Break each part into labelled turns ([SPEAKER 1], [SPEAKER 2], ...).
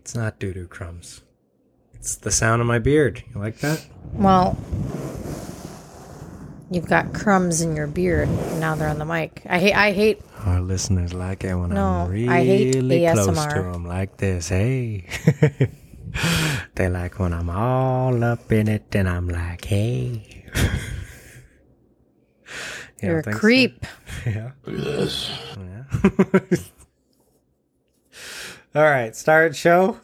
[SPEAKER 1] It's not doo doo crumbs. It's the sound of my beard. You like that?
[SPEAKER 2] Well, you've got crumbs in your beard. and Now they're on the mic. I hate. I hate.
[SPEAKER 1] Our listeners like it when
[SPEAKER 2] No,
[SPEAKER 1] I'm really
[SPEAKER 2] I hate
[SPEAKER 1] close to
[SPEAKER 2] ASMR.
[SPEAKER 1] them, like this. Hey. they like when I'm all up in it and I'm like, hey. You
[SPEAKER 2] You're a
[SPEAKER 1] don't think so?
[SPEAKER 2] creep.
[SPEAKER 1] Yeah.
[SPEAKER 3] Look at this.
[SPEAKER 1] yeah. all right, start show.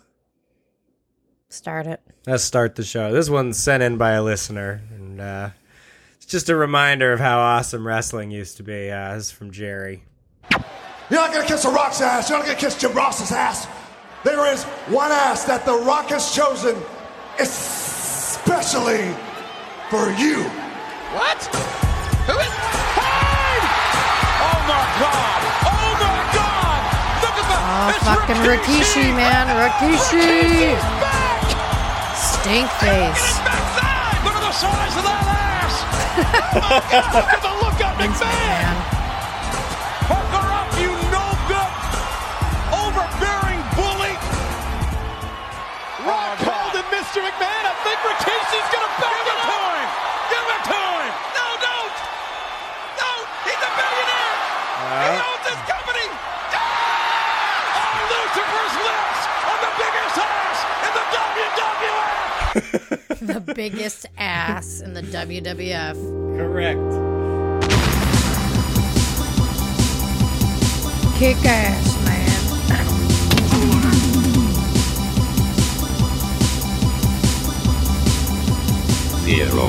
[SPEAKER 2] Start it.
[SPEAKER 1] Let's start the show. This one's sent in by a listener, and uh, it's just a reminder of how awesome wrestling used to be. Uh, this is from Jerry.
[SPEAKER 4] You're not gonna kiss The Rock's ass. You're not gonna kiss Jim Ross's ass. There is one ass that The Rock has chosen, especially for you.
[SPEAKER 5] What? Who is? Hey! Oh my God! Oh my God! Look at that!
[SPEAKER 2] Oh, fucking Rikishi, man. Rikishi.
[SPEAKER 5] Rikishi's back!
[SPEAKER 2] Stink
[SPEAKER 5] Look at his
[SPEAKER 2] face.
[SPEAKER 5] backside! Look at the size of that ass! Oh my God! Look at the look on McMahon!
[SPEAKER 2] Man.
[SPEAKER 5] Hook her up, you no-good, overbearing bully! Rock called him Mr. McMahon. I think Rikishi's gonna back Oh, Give it, to him! Give it to him! No, don't! No! He's a millionaire! he owns this company! Ah! On Lucifer's list! On the biggest ass in the WWF!
[SPEAKER 2] The biggest ass in the WWF.
[SPEAKER 1] Correct.
[SPEAKER 2] Kick ass, man.
[SPEAKER 3] Zero.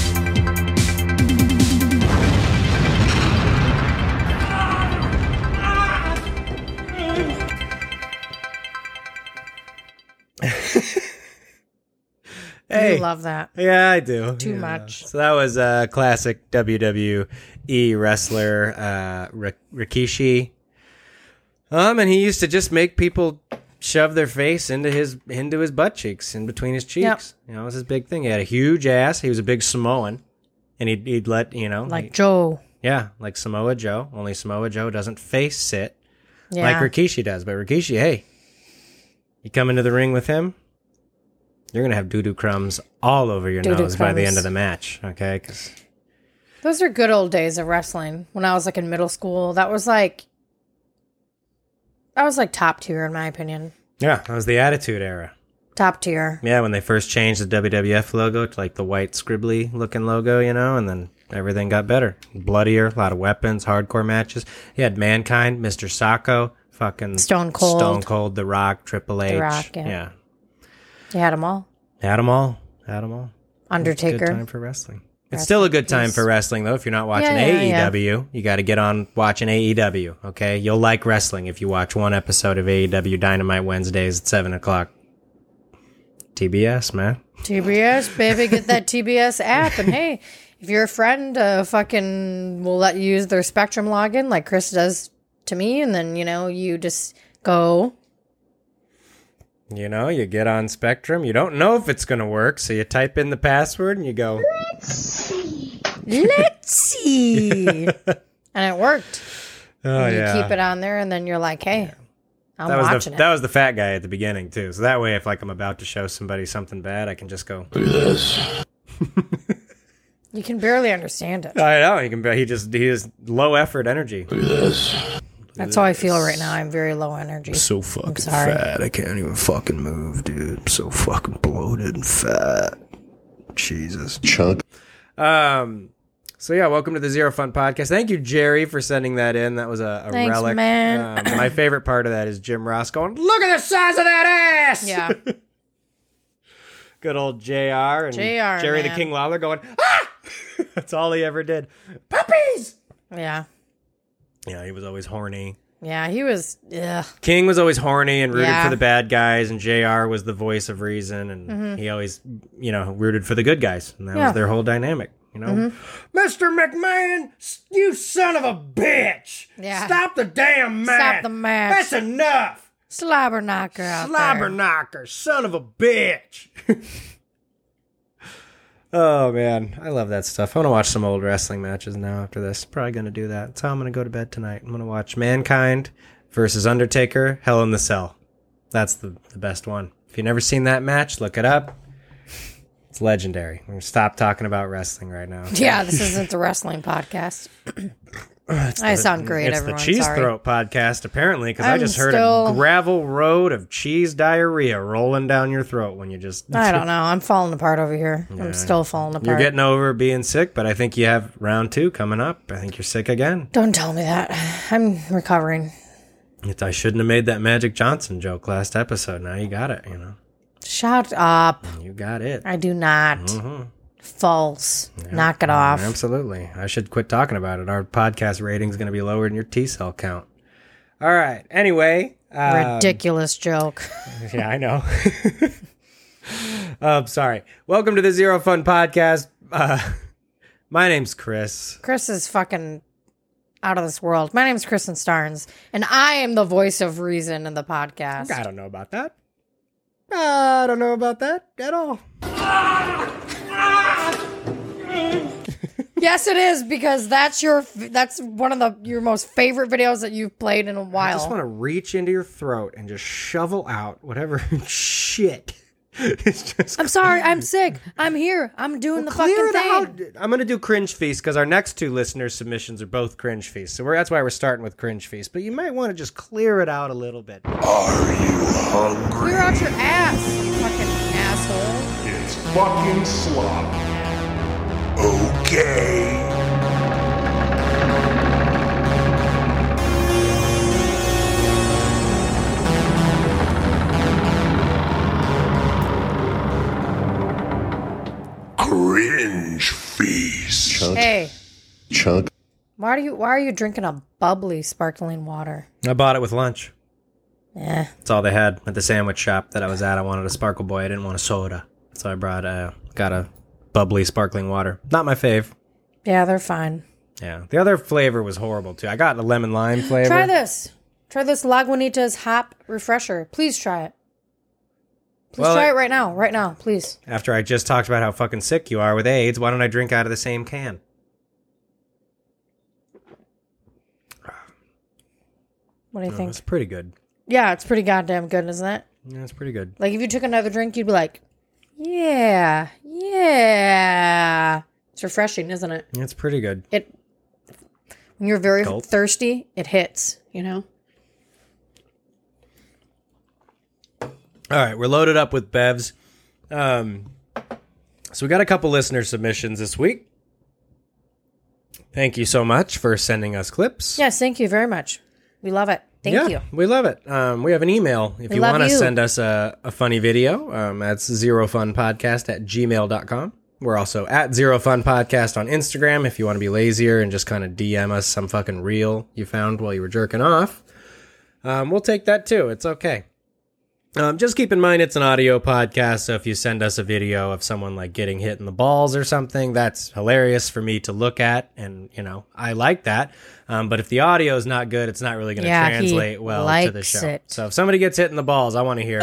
[SPEAKER 1] Hey.
[SPEAKER 2] You love that.
[SPEAKER 1] yeah, I do.
[SPEAKER 2] Too
[SPEAKER 1] Yeah.
[SPEAKER 2] much.
[SPEAKER 1] So that was a classic WWE wrestler, uh, Rik- Rikishi. Um, and he used to just make people shove their face into his into his butt cheeks, in between his cheeks.
[SPEAKER 2] Yep.
[SPEAKER 1] You know, it was his big thing. He had a huge ass. He was a big Samoan, and he'd, he'd let you know,
[SPEAKER 2] Like Joe.
[SPEAKER 1] yeah, like Samoa Joe. Only Samoa Joe doesn't face it.
[SPEAKER 2] Yeah.
[SPEAKER 1] like Rikishi does. But Rikishi, hey, you come into the ring with him, you're gonna have doo doo crumbs all over your
[SPEAKER 2] Doo-doo
[SPEAKER 1] nose by the
[SPEAKER 2] crumbs.
[SPEAKER 1] end of the match. Okay, 'Cause-
[SPEAKER 2] Those are good old days of wrestling. When I was like in middle school, that was like that was like top tier in my opinion.
[SPEAKER 1] yeah, that was the Attitude Era.
[SPEAKER 2] Top tier.
[SPEAKER 1] Yeah, when they first changed the WWF logo to like the white scribbly looking logo, you know, and then everything got better, bloodier, a lot of weapons, hardcore matches. You had Mankind, Mr. Sacco, fucking
[SPEAKER 2] Stone Cold.
[SPEAKER 1] Stone Cold, The Rock, Triple H.
[SPEAKER 2] Rock, yeah.
[SPEAKER 1] yeah,
[SPEAKER 2] You had them all.
[SPEAKER 1] had them all, had them all. Good time
[SPEAKER 2] Undertaker.
[SPEAKER 1] for wrestling. It's still a good time
[SPEAKER 2] peace.
[SPEAKER 1] for wrestling, though. If you're not watching
[SPEAKER 2] Yeah, yeah, yeah.
[SPEAKER 1] AEW, you got to get on watching AEW. E Okay, you'll like wrestling if you watch one episode of AEW Dynamite Wednesdays at seven o'clock. TBS, man.
[SPEAKER 2] TBS, baby, get that TBS app. And hey, if your friend uh, fucking will let you use their Spectrum login like Chris does to me, and then you know you just go.
[SPEAKER 1] You know, you get on Spectrum. You don't know if it's gonna work, so you type in the password and you go.
[SPEAKER 2] Let's see. and it worked.
[SPEAKER 1] Oh
[SPEAKER 2] you
[SPEAKER 1] yeah.
[SPEAKER 2] keep it on there, and then you're like, hey, I'm
[SPEAKER 1] that was
[SPEAKER 2] watching
[SPEAKER 1] the
[SPEAKER 2] it.
[SPEAKER 1] that was the fat guy at the beginning too. So that way, if like I'm about to show somebody something bad, I can just go.
[SPEAKER 3] Look at this.
[SPEAKER 2] you can barely understand it.
[SPEAKER 1] I know he can. He just he is low effort energy.
[SPEAKER 3] Look at this.
[SPEAKER 2] That's how I feel right now. I'm very low energy.
[SPEAKER 6] so fucking
[SPEAKER 2] sorry.
[SPEAKER 6] fat. I can't even fucking move, dude. I'm so fucking bloated and fat. Jesus. Chunk.
[SPEAKER 1] Um. So yeah, welcome to the Zero Fun Podcast. Thank you, Jerry, for sending that in. That was a, a
[SPEAKER 2] Thanks,
[SPEAKER 1] relic.
[SPEAKER 2] man.
[SPEAKER 1] Um, my favorite part of that is Jim Ross going, "Look at the size of that ass."
[SPEAKER 2] yeah.
[SPEAKER 1] Good old Jr. and
[SPEAKER 2] JR,
[SPEAKER 1] Jerry the
[SPEAKER 2] man.
[SPEAKER 1] King Lawler going, "Ah!" That's all he ever did. Puppies.
[SPEAKER 2] Yeah.
[SPEAKER 1] Yeah, he was always horny.
[SPEAKER 2] Yeah. He was, ugh.
[SPEAKER 1] King was always horny and rooted
[SPEAKER 2] Yeah.
[SPEAKER 1] for the bad guys, and Jr. was the voice of reason, and he always, you know, rooted for the good guys, and that
[SPEAKER 2] Mm-hmm. Yeah. Mm-hmm.
[SPEAKER 1] was their whole dynamic. You know, Mr. McMahon, s- you son of a bitch!
[SPEAKER 2] Yeah.
[SPEAKER 1] Stop the damn match!
[SPEAKER 2] Stop the match.
[SPEAKER 1] That's enough.
[SPEAKER 2] Slobberknocker out there.
[SPEAKER 1] Slobberknocker, son of a bitch. oh man, I love that stuff. I want to watch some old wrestling matches now after this. Probably going to do that. That's how I'm going to go to bed tonight. I'm going to watch Mankind versus Undertaker, Hell in the Cell. That's the, the best one. If you've never seen that match, look it up. It's legendary. We're going to stop talking about wrestling right now.
[SPEAKER 2] Yeah, this isn't the wrestling podcast. I sound great,
[SPEAKER 1] it's
[SPEAKER 2] everyone.
[SPEAKER 1] the Cheese
[SPEAKER 2] sorry.
[SPEAKER 1] Throat podcast, apparently, because I
[SPEAKER 2] I'm
[SPEAKER 1] just heard a
[SPEAKER 2] still-
[SPEAKER 1] gravel road of cheese diarrhea rolling down your throat when you just.
[SPEAKER 2] I don't know. I'm falling apart over here. I'm still falling apart.
[SPEAKER 1] You're getting over being sick, but I think you have round two coming up. I think you're sick again.
[SPEAKER 2] Don't tell me that. I'm recovering.
[SPEAKER 1] It's- I shouldn't have made that Magic Johnson joke last episode. Now you got it. You know,
[SPEAKER 2] Shut up.
[SPEAKER 1] you got it.
[SPEAKER 2] I do not.
[SPEAKER 1] Mm-hmm.
[SPEAKER 2] False. Knock
[SPEAKER 1] Mm,
[SPEAKER 2] it off.
[SPEAKER 1] Absolutely. I should quit talking about it. Our podcast rating's going to be lower than your T cell count. All right. Anyway. Uh,
[SPEAKER 2] Ridiculous joke.
[SPEAKER 1] yeah, I know. um, sorry. Welcome to the Zero Fun Podcast. Uh, my name's Chris.
[SPEAKER 2] Chris is fucking out of this world. My name's Kristen Starnes, and I am the voice of reason in the podcast.
[SPEAKER 1] I don't know about that. I don't know about that at all.
[SPEAKER 2] Yes, it is because that's your that's one of the your most favorite videos that you've played in a
[SPEAKER 1] I just want
[SPEAKER 2] while.
[SPEAKER 1] to reach into your throat and just shovel out whatever shit. It's just
[SPEAKER 2] I'm sorry,
[SPEAKER 1] Mm.
[SPEAKER 2] I'm sick. I'm here. I'm doing the fucking thing.
[SPEAKER 1] I'm going to do cringe feast because our next two listeners' submissions are both cringe feast. So we're, that's why we're starting with cringe feast. But you might want to just clear it out a little bit.
[SPEAKER 2] Clear out your ass, you fucking asshole.
[SPEAKER 4] It's fucking slop. Okay.
[SPEAKER 3] Cringe feast. Chunk,
[SPEAKER 2] Hey,
[SPEAKER 3] chunk.
[SPEAKER 2] why are you why are you drinking a bubbly sparkling water?
[SPEAKER 1] I bought it with lunch.
[SPEAKER 2] Eh.
[SPEAKER 1] It's all they had at the sandwich shop that I was at. I wanted a sparkle boy. I didn't want a soda, so I brought a got a bubbly sparkling water. Not my fave.
[SPEAKER 2] Yeah, they're fine.
[SPEAKER 1] Yeah, the other flavor was horrible too. I got a lemon lime flavor.
[SPEAKER 2] Try this. Try this Lagunitas hop refresher. Please try it. Please
[SPEAKER 1] Well,
[SPEAKER 2] try
[SPEAKER 1] it-
[SPEAKER 2] it right now. Right now, please.
[SPEAKER 1] After I just talked about how fucking sick you are with AIDS, why don't I drink out of the same can?
[SPEAKER 2] What do you think?
[SPEAKER 1] That's pretty good.
[SPEAKER 2] Yeah, it's pretty goddamn good, isn't it?
[SPEAKER 1] Yeah, that's pretty good.
[SPEAKER 2] Like if you took another drink, you'd be like, "Yeah, yeah." It's refreshing, isn't it?
[SPEAKER 1] That's pretty good.
[SPEAKER 2] It when you're very
[SPEAKER 1] Gulp.
[SPEAKER 2] thirsty, it hits. You know.
[SPEAKER 1] All right, we're loaded up with bevs. Um, so we got a couple listener submissions this week. Thank you so much for sending us clips.
[SPEAKER 2] Yes, thank you very much. We love it. Thank you.
[SPEAKER 1] We love it. Um, we have an email. If
[SPEAKER 2] We
[SPEAKER 1] you
[SPEAKER 2] love
[SPEAKER 1] want to
[SPEAKER 2] you.
[SPEAKER 1] send us a, a funny video, um, that's zerofunpodcast at gmail.com. We're also at Zero Fun Podcast on Instagram if you want to be lazier and just kind of DM us some fucking reel you found while you were jerking off. Um, we'll take that too. It's okay. Um, just keep in mind it's an audio podcast, so if you send us a video of someone like getting hit in the balls or something, that's hilarious for me to look at, and you know I like that. Um, but if the audio is not good, it's not really going to
[SPEAKER 2] Yeah, he
[SPEAKER 1] translate well to the
[SPEAKER 2] likes
[SPEAKER 1] show.
[SPEAKER 2] it.
[SPEAKER 1] So if somebody gets hit in the balls, I want to hear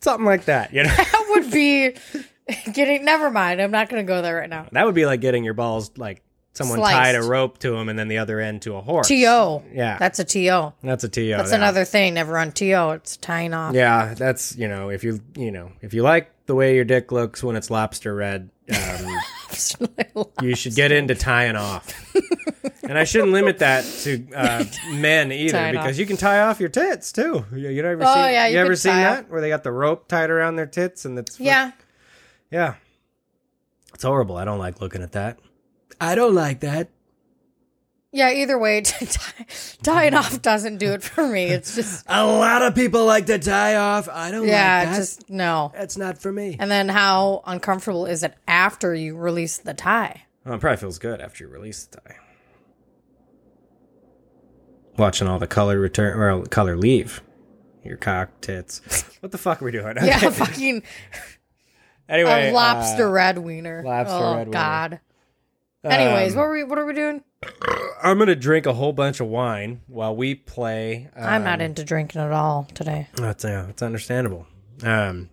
[SPEAKER 1] something like that. You know,
[SPEAKER 2] That would be getting. Never mind. I'm not going to go there right now.
[SPEAKER 1] that would be like getting your balls like someone
[SPEAKER 2] Sliced.
[SPEAKER 1] tied a rope to him and then the other end to a horse.
[SPEAKER 2] To
[SPEAKER 1] Yeah.
[SPEAKER 2] that's a to.
[SPEAKER 1] That's a to.
[SPEAKER 2] That's
[SPEAKER 1] yeah.
[SPEAKER 2] another thing. Never on to. It's tying off.
[SPEAKER 1] Yeah, that's you know if you you know if you like the way your dick looks when it's lobster red, um, you should get into tying off. and I shouldn't limit that to uh, men either
[SPEAKER 2] Tying
[SPEAKER 1] because
[SPEAKER 2] off.
[SPEAKER 1] you can tie off your tits too. You, you ever
[SPEAKER 2] Oh,
[SPEAKER 1] seen,
[SPEAKER 2] yeah,
[SPEAKER 1] you,
[SPEAKER 2] you
[SPEAKER 1] ever
[SPEAKER 2] could
[SPEAKER 1] seen
[SPEAKER 2] tie
[SPEAKER 1] that
[SPEAKER 2] off.
[SPEAKER 1] where they got the rope tied around their tits and it's
[SPEAKER 2] yeah.
[SPEAKER 1] yeah, it's horrible. I don't like looking at that. I don't like that.
[SPEAKER 2] Yeah, either way, tie, tying off doesn't do it for me. It's just,
[SPEAKER 1] A lot of people like to tie off. I don't
[SPEAKER 2] yeah,
[SPEAKER 1] like that.
[SPEAKER 2] just no.
[SPEAKER 1] that's not for me.
[SPEAKER 2] And then how uncomfortable is it after you release the tie?
[SPEAKER 1] Well, it probably feels good after you release the dye. Watching all the color return or color leave. Your cock tits. What the fuck are we doing?
[SPEAKER 2] Yeah,
[SPEAKER 1] Okay.
[SPEAKER 2] fucking
[SPEAKER 1] Anyway,
[SPEAKER 2] a lobster
[SPEAKER 1] uh,
[SPEAKER 2] red wiener.
[SPEAKER 1] lobster
[SPEAKER 2] oh,
[SPEAKER 1] red wiener.
[SPEAKER 2] God. Anyways,
[SPEAKER 1] um,
[SPEAKER 2] what are we? What are we doing?
[SPEAKER 1] I'm gonna drink a whole bunch of wine while we play. Uh,
[SPEAKER 2] I'm not into drinking at all today.
[SPEAKER 1] that's uh, that's understandable. Um,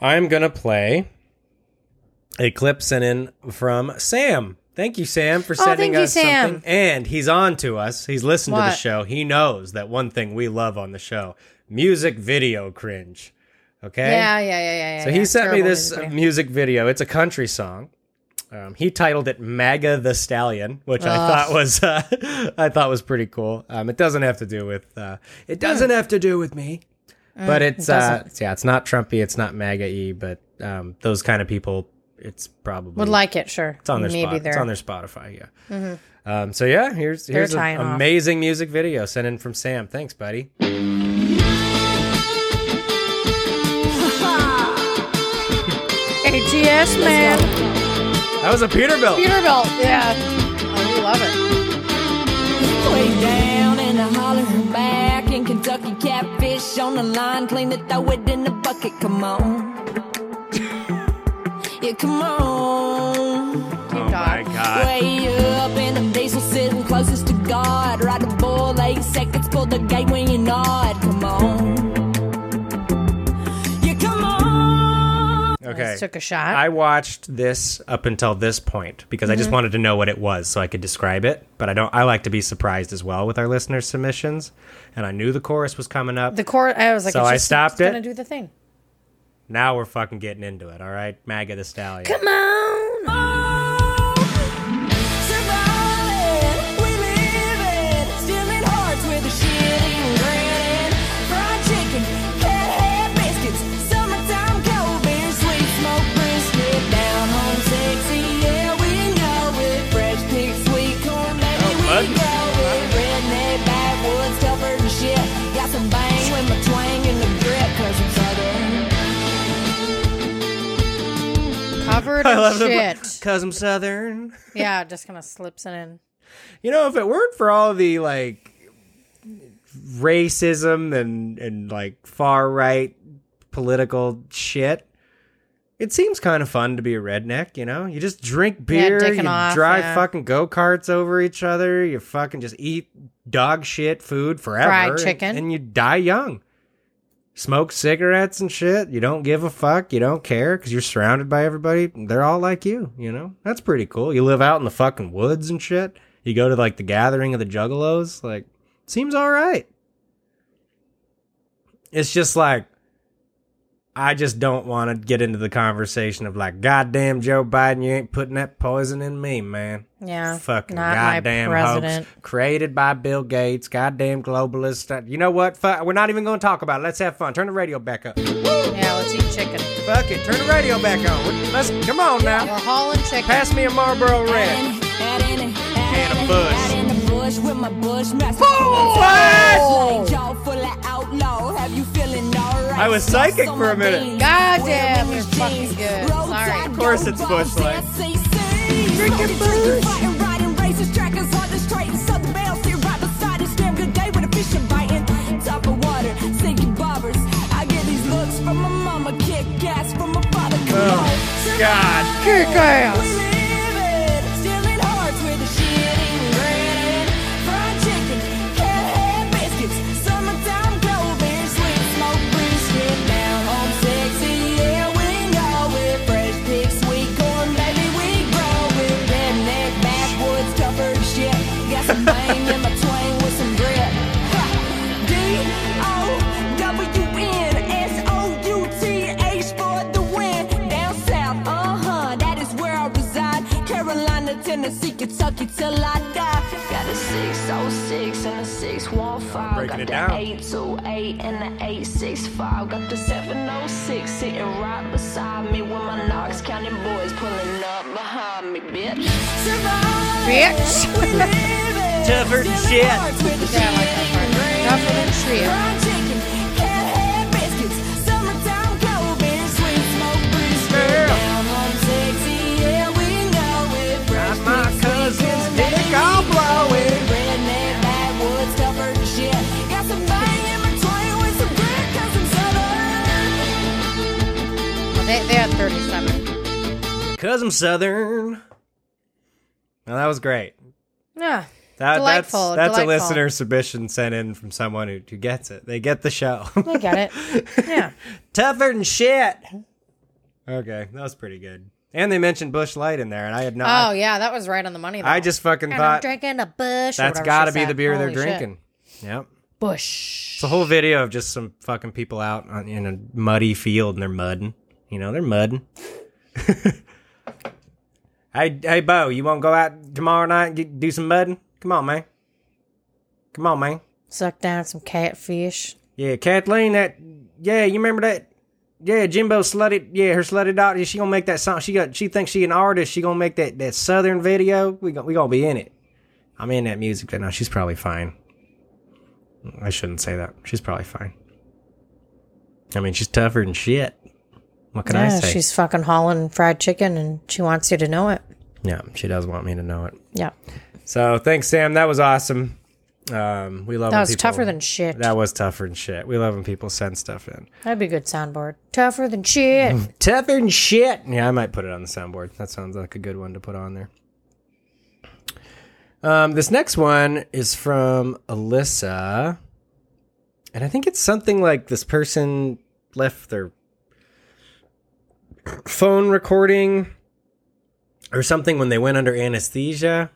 [SPEAKER 1] I'm gonna play a clip sent in from Sam. Thank you, Sam, for sending
[SPEAKER 2] Oh, thank you,
[SPEAKER 1] us
[SPEAKER 2] Sam.
[SPEAKER 1] something. And he's on to us. He's listened to the
[SPEAKER 2] What?
[SPEAKER 1] show. He knows that one thing we love on the show: music video cringe. Okay.
[SPEAKER 2] Yeah, yeah, yeah, yeah. yeah
[SPEAKER 1] So he
[SPEAKER 2] yeah.
[SPEAKER 1] sent me
[SPEAKER 2] Terrible
[SPEAKER 1] this um,
[SPEAKER 2] music video.
[SPEAKER 1] music video. It's a country song. Um, he titled it "MAGA the Stallion," which I thought was uh, I thought was pretty cool. Um, it doesn't have to do with uh, it doesn't have to do with me, but it's uh, it's- yeah, it's not Trumpy, it's not MAGA y, but um, those kind of people, it's probably
[SPEAKER 2] Would like it, sure.
[SPEAKER 1] it's on their
[SPEAKER 2] Maybe
[SPEAKER 1] spot.
[SPEAKER 2] they're Mm-hmm.
[SPEAKER 1] It's on their Spotify, yeah. Um, so yeah, here's here's
[SPEAKER 2] tying
[SPEAKER 1] an
[SPEAKER 2] off.
[SPEAKER 1] amazing music video sent in from Sam. Thanks, buddy.
[SPEAKER 2] ATS man,
[SPEAKER 1] That was a Peterbilt.
[SPEAKER 2] Peterbilt. Yeah, oh, we love it.
[SPEAKER 7] Way down in the holler back in Kentucky, catfish on the line, clean it, throw it in the bucket. Come on, yeah, come on.
[SPEAKER 2] Team dog.
[SPEAKER 7] Way up in the diesel, sitting closest to God. Ride the bull eight seconds, pull the gate when you nod. Come on, yeah, come on.
[SPEAKER 1] Okay.
[SPEAKER 2] Took a shot. Mm-hmm.
[SPEAKER 1] I watched this up until this point because I just wanted to know what it was so I could describe it. But I don't. I like to be surprised as well with our listeners' submissions, and I knew the chorus was coming up.
[SPEAKER 2] the court. I was like,
[SPEAKER 1] So
[SPEAKER 2] it's
[SPEAKER 1] I
[SPEAKER 2] just-
[SPEAKER 1] stopped
[SPEAKER 2] it's Gonna
[SPEAKER 1] it.
[SPEAKER 2] do the thing.
[SPEAKER 1] now we're fucking getting into it. All right, Maggot the Stallion.
[SPEAKER 2] Come on.
[SPEAKER 7] Got some bang with my twang and the grip, cause I'm southern.
[SPEAKER 2] Covered in shit.
[SPEAKER 1] Cause I'm Southern.
[SPEAKER 2] yeah, just kind of slips it in.
[SPEAKER 1] You know, if it weren't for all the like racism and and like far right political shit. It seems kind of fun to be a redneck, you know? You just drink beer,
[SPEAKER 2] dicking
[SPEAKER 1] you
[SPEAKER 2] off,
[SPEAKER 1] drive
[SPEAKER 2] yeah.
[SPEAKER 1] fucking go-karts over each other, you fucking just eat dog shit food forever.
[SPEAKER 2] Fried
[SPEAKER 1] and-
[SPEAKER 2] chicken.
[SPEAKER 1] And, you die young. Smoke cigarettes and shit. You don't give a fuck. You don't care because you're surrounded by everybody. They're all like you, you know? That's pretty cool. You live out in the fucking woods and shit. You go to like the gathering of the juggalos. Like, seems all right. It's just like, I just don't want to get into the conversation of like, goddamn Joe Biden, you ain't putting that poison in me, man.
[SPEAKER 2] Yeah,
[SPEAKER 1] Fucking
[SPEAKER 2] not my
[SPEAKER 1] goddamn hoax
[SPEAKER 2] president.
[SPEAKER 1] created by Bill Gates, goddamn globalist. You know what? Fuck, we're not even going to talk about it. Let's have fun. Turn the radio back up.
[SPEAKER 2] Yeah, let's eat chicken.
[SPEAKER 1] Fuck it. Turn the radio back on. Let's come on
[SPEAKER 2] We're
[SPEAKER 1] now.
[SPEAKER 2] hauling chicken.
[SPEAKER 1] Pass me a Marlboro Red.
[SPEAKER 7] And
[SPEAKER 1] a bush.
[SPEAKER 7] Out in the bush with my bush master.
[SPEAKER 1] Bush!
[SPEAKER 7] Like y'all full of outlaw. Have you feeling alright?
[SPEAKER 1] I was psychic for a minute.
[SPEAKER 2] God damn, you're fucking good. Sorry.
[SPEAKER 7] Of
[SPEAKER 1] course it's bush light.
[SPEAKER 7] Drink your bush. Fighting, riding, racist trackers on the straight and southern bell. Sit right beside us. Damn good day with a fish and biting. Top of water, sinking bobbers. I get these looks from my mama. Kick ass from my father. Come on.
[SPEAKER 1] Oh, God.
[SPEAKER 2] Kick ass.
[SPEAKER 7] D-O-W-N-S-O-U-T-H for the win. Down south, uh-huh, that is where I reside. Carolina, Tennessee, Kentucky till I die. Got a 606 and a 615.
[SPEAKER 1] breaking
[SPEAKER 7] Got
[SPEAKER 1] it
[SPEAKER 7] the
[SPEAKER 1] down.
[SPEAKER 7] 828 and the 865. Got the 706 sitting right beside me with my Knox County boys pulling up behind me, bitch. Survive.
[SPEAKER 2] Bitch.
[SPEAKER 1] Tougher than shit.
[SPEAKER 2] Yeah, I like that part. Tougher than shit.
[SPEAKER 1] My cousin's dick Oh. all blowing.
[SPEAKER 2] Well, they, they had 37.
[SPEAKER 1] Cause I'm Southern. Well, that was great.
[SPEAKER 2] Yeah.
[SPEAKER 1] That,
[SPEAKER 2] delightful.
[SPEAKER 1] That's, that's
[SPEAKER 2] delightful.
[SPEAKER 1] a listener submission sent in from someone who, who gets it. They get the show.
[SPEAKER 2] I get it. Yeah.
[SPEAKER 1] Tougher than shit. Okay, that was pretty good. And they mentioned Bush Light in there, and I had
[SPEAKER 2] Oh
[SPEAKER 1] not.
[SPEAKER 2] yeah, that was right on the money. Though.
[SPEAKER 1] I just fucking
[SPEAKER 2] and I'm
[SPEAKER 1] thought
[SPEAKER 2] drinking a bush. or
[SPEAKER 1] that's
[SPEAKER 2] whatever she
[SPEAKER 1] got to be
[SPEAKER 2] said.
[SPEAKER 1] the beer they're
[SPEAKER 2] Holy shit.
[SPEAKER 1] drinking. Yep.
[SPEAKER 2] Bush.
[SPEAKER 1] It's a whole video of just some fucking people out on, in a muddy field and they're mudding. You know, they're mudding. hey, hey, Bo, you want to go out tomorrow night and get, do some mudding? Come on, man. Come on, man.
[SPEAKER 2] Suck down some catfish.
[SPEAKER 1] Yeah, Kathleen, that yeah, you remember that? Yeah, Jimbo slutty. Yeah, her slutty daughter. She gonna make that song. She got. She thinks she an artist. She gonna make that that southern video. We gonna we gonna be in it. I'm in that music right now. She's probably fine. I shouldn't say that. She's probably fine. I mean, she's tougher than shit. What can I
[SPEAKER 2] yeah,
[SPEAKER 1] say?
[SPEAKER 2] she's fucking hauling fried chicken, and she wants you to know it.
[SPEAKER 1] yeah, she does want me to know it.
[SPEAKER 2] Yeah,
[SPEAKER 1] So thanks, Sam. That was awesome. Um, we love
[SPEAKER 2] that
[SPEAKER 1] when
[SPEAKER 2] was
[SPEAKER 1] people-
[SPEAKER 2] tougher than shit.
[SPEAKER 1] that was tougher than shit. We love when people send stuff in.
[SPEAKER 2] That'd be a good soundboard. Tougher than shit.
[SPEAKER 1] tougher than shit. Yeah, I might put it on the soundboard. That sounds like a good one to put on there. Um, this next one is from Alyssa, and I think it's something like this person left their phone recording or something when they went under anesthesia,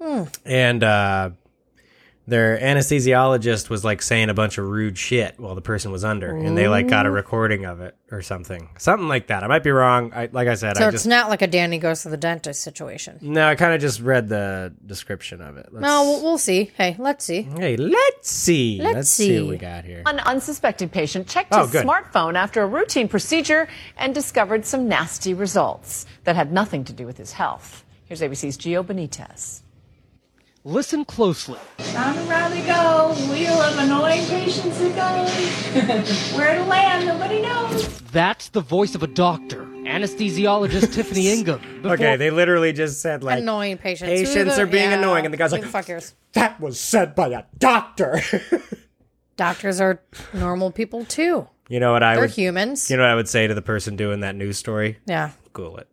[SPEAKER 2] Hmm.
[SPEAKER 1] and uh, their anesthesiologist was like saying a bunch of rude shit while the person was under, and they like got a recording of it or something, something like that. I might be wrong. I, like I said,
[SPEAKER 2] so
[SPEAKER 1] I
[SPEAKER 2] it's
[SPEAKER 1] just
[SPEAKER 2] not like a Danny goes to the dentist situation.
[SPEAKER 1] no, I kind of just read the description of it. Let's,
[SPEAKER 2] No, we'll, we'll see. Hey, let's see.
[SPEAKER 1] hey, let's see. Let's,
[SPEAKER 2] Let's
[SPEAKER 1] see. what
[SPEAKER 2] see.
[SPEAKER 1] we got here.
[SPEAKER 8] An unsuspected patient checked his
[SPEAKER 1] Oh, good.
[SPEAKER 8] smartphone after a routine procedure and discovered some nasty results that had nothing to do with his health. Here's ABC's Gio Benitez.
[SPEAKER 9] Listen closely.
[SPEAKER 10] Down and round they go, wheel of annoying patients they go. Where to land, nobody knows.
[SPEAKER 9] That's the voice of a doctor, anesthesiologist Tiffany Ingham. Before-
[SPEAKER 1] Okay, they literally just said like
[SPEAKER 2] Annoying patients. Who
[SPEAKER 1] Patients
[SPEAKER 2] the-
[SPEAKER 1] are being
[SPEAKER 2] yeah,
[SPEAKER 1] annoying, and the guy's
[SPEAKER 2] who
[SPEAKER 1] like,
[SPEAKER 2] the fuck cares?
[SPEAKER 1] "That was said by a doctor."
[SPEAKER 2] Doctors are normal people too.
[SPEAKER 1] you know what I
[SPEAKER 2] They're
[SPEAKER 1] would?
[SPEAKER 2] humans.
[SPEAKER 1] You know what I would say to the person doing that news story?
[SPEAKER 2] yeah.
[SPEAKER 1] Cool it.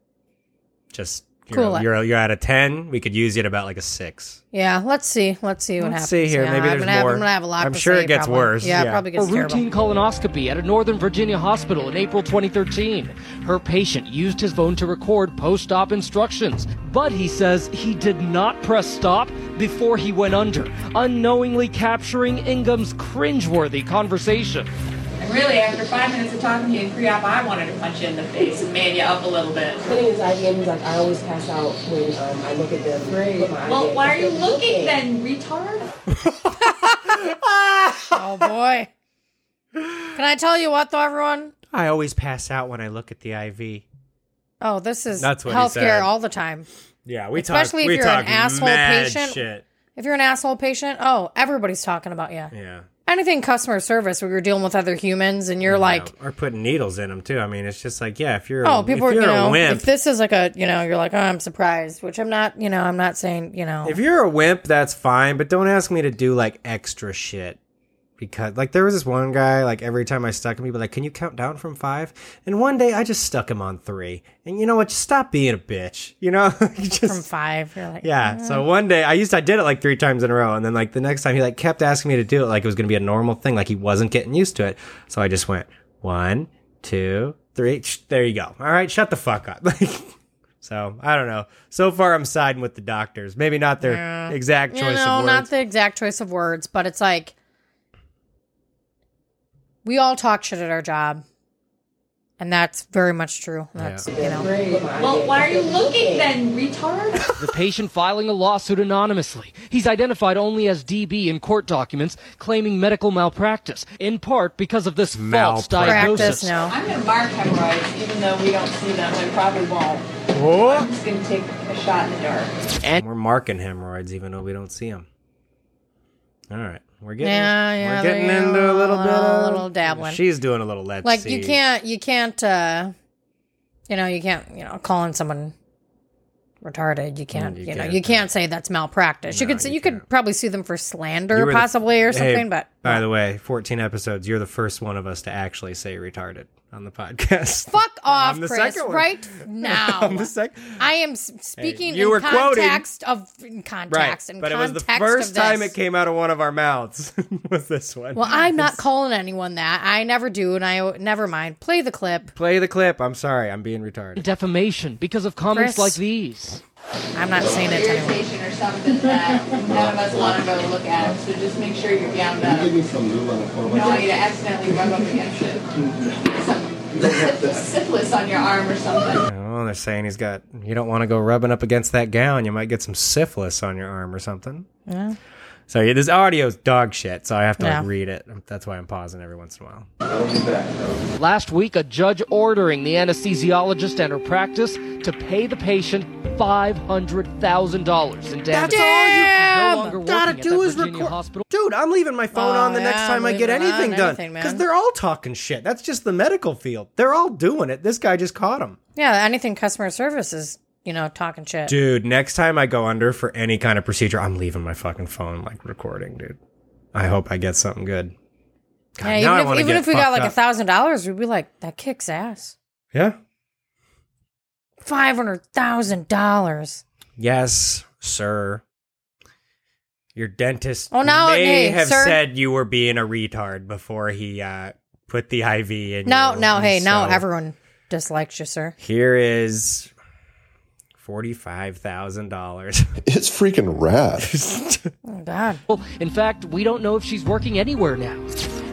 [SPEAKER 1] Just you're,
[SPEAKER 2] Cool it.
[SPEAKER 1] You're you're at a ten. We could use you at about like a six.
[SPEAKER 2] Yeah, let's see. Let's see what
[SPEAKER 1] Let's
[SPEAKER 2] happens.
[SPEAKER 1] see here.
[SPEAKER 2] Yeah,
[SPEAKER 1] Maybe
[SPEAKER 2] I'm
[SPEAKER 1] there's
[SPEAKER 2] gonna have,
[SPEAKER 1] more.
[SPEAKER 2] I'm gonna have a lot.
[SPEAKER 1] I'm
[SPEAKER 2] to
[SPEAKER 1] sure it
[SPEAKER 2] say,
[SPEAKER 1] gets
[SPEAKER 2] probably.
[SPEAKER 1] worse.
[SPEAKER 2] Yeah,
[SPEAKER 1] Yeah.
[SPEAKER 2] it probably
[SPEAKER 9] a
[SPEAKER 2] gets terrible.
[SPEAKER 9] routine colonoscopy at a Northern Virginia hospital in April 2013. Her patient used his phone to record post op instructions, but he says he did not press stop before he went under, unknowingly capturing Ingham's cringeworthy conversation.
[SPEAKER 10] And really, after five minutes of talking to you in pre-op, I wanted to punch you in the face and man you up a little bit.
[SPEAKER 11] thing is, I gave him like I always pass out when um, I look at them. Put my
[SPEAKER 10] Well,
[SPEAKER 11] eye
[SPEAKER 10] why are
[SPEAKER 11] in.
[SPEAKER 10] you looking then, retard?
[SPEAKER 2] Oh boy. Can I tell you what though, everyone?
[SPEAKER 1] I always pass out when I look at the IV.
[SPEAKER 2] Oh, this is
[SPEAKER 1] That's what he said.
[SPEAKER 2] healthcare all the time.
[SPEAKER 1] Yeah, we
[SPEAKER 2] Especially
[SPEAKER 1] talk.
[SPEAKER 2] if
[SPEAKER 1] we
[SPEAKER 2] you're an
[SPEAKER 1] talk
[SPEAKER 2] asshole
[SPEAKER 1] mad
[SPEAKER 2] patient.
[SPEAKER 1] Shit.
[SPEAKER 2] If you're an asshole patient, oh, everybody's talking about you.
[SPEAKER 1] Yeah.
[SPEAKER 2] Anything customer service where you're dealing with other humans and you're like,
[SPEAKER 1] or putting needles in them too. I mean, it's just like yeah, if you're
[SPEAKER 2] oh,
[SPEAKER 1] if
[SPEAKER 2] people are, you
[SPEAKER 1] you're a
[SPEAKER 2] know,
[SPEAKER 1] wimp,
[SPEAKER 2] if this is like a, you know, you're like, oh, I'm surprised, which I'm not, you know, I'm not saying, you know,
[SPEAKER 1] If you're a wimp, that's fine, but don't ask me to do like extra shit. Because like there was this one guy, like every time I stuck him, he'd be like, Can you count down from five? And one day I just stuck him on three. And you know what? Just stop being a bitch. You know? You
[SPEAKER 2] from
[SPEAKER 1] just
[SPEAKER 2] five, you're like,
[SPEAKER 1] Yeah. So one day I used I did it like three times in a row, and then like the next time he like kept asking me to do it like it was gonna be a normal thing, like he wasn't getting used to it. So I just went one, two, three. Sh- there you go. All right, shut the fuck up. Like so I don't know. So far I'm siding with the doctors. Maybe not their exact
[SPEAKER 2] you
[SPEAKER 1] choice
[SPEAKER 2] know,
[SPEAKER 1] of words.
[SPEAKER 2] not the exact choice of words, but it's like, we all talk shit at our job. And that's very much true. That's, you know,
[SPEAKER 10] Well, why are you looking then, retard?
[SPEAKER 9] The patient filing a lawsuit anonymously. He's identified only as DB in court documents, claiming medical malpractice, in part because of this false
[SPEAKER 1] Malpractice.
[SPEAKER 2] practice
[SPEAKER 9] diagnosis.
[SPEAKER 2] now.
[SPEAKER 10] I'm gonna mark hemorrhoids, even though we don't see them, and probably won't. I'm just gonna take a shot in the dark.
[SPEAKER 1] We're marking hemorrhoids even though we don't see them. All right. We're getting,
[SPEAKER 2] Yeah, yeah,
[SPEAKER 1] we're getting
[SPEAKER 2] there you
[SPEAKER 1] into a
[SPEAKER 2] go.
[SPEAKER 1] little bit
[SPEAKER 2] A
[SPEAKER 1] of
[SPEAKER 2] little dabbling.
[SPEAKER 1] She's doing a little let's
[SPEAKER 2] like
[SPEAKER 1] see.
[SPEAKER 2] you can't you can't uh you know you can't you know calling someone retarded you can't
[SPEAKER 1] Mm, you
[SPEAKER 2] you, know
[SPEAKER 1] can't,
[SPEAKER 2] you can't say that's malpractice you could say you, could probably sue them for
[SPEAKER 1] You
[SPEAKER 2] slander
[SPEAKER 1] were the-
[SPEAKER 2] possibly or
[SPEAKER 1] Hey,
[SPEAKER 2] something but
[SPEAKER 1] by the way, 14 episodes. You're the first one of us to actually say retarded. on the podcast.
[SPEAKER 2] Fuck off,
[SPEAKER 1] I'm the
[SPEAKER 2] Chris,
[SPEAKER 1] second one.
[SPEAKER 2] right now.
[SPEAKER 1] I'm the sec-
[SPEAKER 2] I am s- speaking
[SPEAKER 1] you
[SPEAKER 2] in
[SPEAKER 1] were quoting-
[SPEAKER 2] context of in context
[SPEAKER 1] right,
[SPEAKER 2] in
[SPEAKER 1] but it was
[SPEAKER 2] context
[SPEAKER 1] the first
[SPEAKER 2] of this.
[SPEAKER 1] time it came out of one of our mouths. was this one?
[SPEAKER 2] Well, I'm not calling anyone that. I never do, and I never mind. Play the clip.
[SPEAKER 1] Play the clip. I'm sorry, I'm being retarded.
[SPEAKER 9] Defamation because of comments
[SPEAKER 2] Chris.
[SPEAKER 9] like these.
[SPEAKER 2] I'm not saying it to anyone.
[SPEAKER 10] Irritation or something that none of us want to go look at. So just make sure you're beyond that. Give me some lube on the floor. Don't want you to accidentally rub up against it. Some syphilis on your arm or something.
[SPEAKER 1] Oh, they're saying he's got. You don't want to go rubbing up against that gown. You might get some syphilis on your arm or something.
[SPEAKER 2] Yeah.
[SPEAKER 1] So yeah, this audio's dog shit. So I have to
[SPEAKER 9] Yeah.
[SPEAKER 1] like, read it. That's why I'm pausing every once in a while.
[SPEAKER 9] Last week, a judge ordering the anesthesiologist and her practice to pay the patient $500,usand in damage.
[SPEAKER 1] That's all you
[SPEAKER 9] No longer
[SPEAKER 1] gotta
[SPEAKER 9] working at
[SPEAKER 1] do
[SPEAKER 9] that
[SPEAKER 1] is
[SPEAKER 9] Virginia
[SPEAKER 1] record.
[SPEAKER 9] hospital.
[SPEAKER 1] Dude, I'm leaving my phone
[SPEAKER 9] Oh,
[SPEAKER 1] on the next
[SPEAKER 9] yeah,
[SPEAKER 1] time I
[SPEAKER 9] leave
[SPEAKER 1] get
[SPEAKER 9] it on,
[SPEAKER 1] anything done
[SPEAKER 2] anything,
[SPEAKER 1] because
[SPEAKER 2] man.
[SPEAKER 1] they're all talking shit. That's just the medical field. They're all doing it. This guy just caught him.
[SPEAKER 2] Yeah, anything customer service is, you know, talking shit.
[SPEAKER 1] Dude, next time I go under for any kind of procedure, I'm leaving my fucking phone like recording, dude. I hope I get something good. God,
[SPEAKER 2] yeah,
[SPEAKER 1] now I
[SPEAKER 2] even if,
[SPEAKER 1] wanna
[SPEAKER 2] even
[SPEAKER 1] get
[SPEAKER 2] if we got
[SPEAKER 1] fucked
[SPEAKER 2] like a
[SPEAKER 1] up.
[SPEAKER 2] thousand dollars, we'd be like, that kicks ass.
[SPEAKER 1] Yeah.
[SPEAKER 2] Five hundred thousand dollars.
[SPEAKER 1] Yes, sir. Your dentist
[SPEAKER 2] Oh, now-
[SPEAKER 1] may
[SPEAKER 2] hey,
[SPEAKER 1] have
[SPEAKER 2] sir.
[SPEAKER 1] said you were being a retard before he uh, put the IV in.
[SPEAKER 2] No,
[SPEAKER 1] you,
[SPEAKER 2] no, hey, now
[SPEAKER 1] so-
[SPEAKER 2] everyone dislikes you, sir.
[SPEAKER 1] Here is forty-five thousand dollars.
[SPEAKER 3] It's freaking rad.
[SPEAKER 2] Oh, God.
[SPEAKER 9] In fact, we don't know if she's working anywhere now.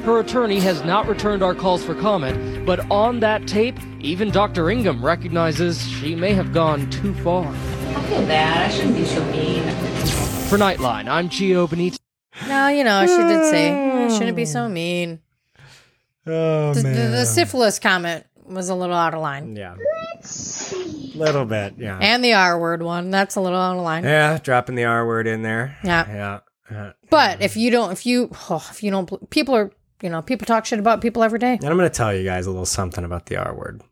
[SPEAKER 9] Her attorney has not returned our calls for comment, but on that tape, even Dr. Ingham recognizes she may have gone too far.
[SPEAKER 10] I feel bad. I shouldn't be so mean.
[SPEAKER 9] For Nightline, I'm Gio Benito.
[SPEAKER 2] No, you know, she did say, "Eh, shouldn't be so mean.
[SPEAKER 1] Oh
[SPEAKER 2] The, the, the syphilis comment was a little out of line.
[SPEAKER 1] Yeah. Little bit, yeah.
[SPEAKER 2] And the R word one, that's a little out of line.
[SPEAKER 1] yeah, dropping the R word in there.
[SPEAKER 2] Yeah.
[SPEAKER 1] yeah. Uh,
[SPEAKER 2] But if you don't, if you, oh, if you don't, bel- people are, you know, people talk shit about people every day.
[SPEAKER 1] And I'm going to tell you guys a little something about the R word.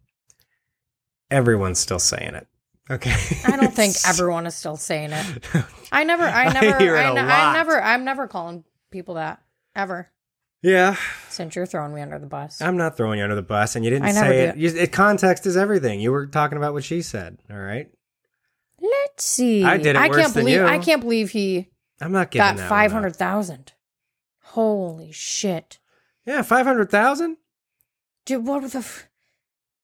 [SPEAKER 1] Everyone's still saying it. Okay.
[SPEAKER 2] I don't think everyone is still saying it. I never, I
[SPEAKER 1] I
[SPEAKER 2] never, I,
[SPEAKER 1] hear it a
[SPEAKER 2] ne- I
[SPEAKER 1] lot.
[SPEAKER 2] never, I'm never calling people that ever
[SPEAKER 1] yeah.
[SPEAKER 2] since you're throwing me under the bus.
[SPEAKER 1] I'm not throwing you under the bus, and you didn't
[SPEAKER 2] I never
[SPEAKER 1] say
[SPEAKER 2] do
[SPEAKER 1] it. You, it. Context is everything. You were talking about what she said. All right.
[SPEAKER 2] Let's see.
[SPEAKER 1] I did it worse
[SPEAKER 2] can't
[SPEAKER 1] than
[SPEAKER 2] believe,
[SPEAKER 1] you.
[SPEAKER 2] I can't believe he
[SPEAKER 1] I'm not giving
[SPEAKER 2] got five
[SPEAKER 1] that. Five.
[SPEAKER 2] hundred thousand. Holy shit,
[SPEAKER 1] Yeah, five hundred thousand.
[SPEAKER 2] dude! What the? F-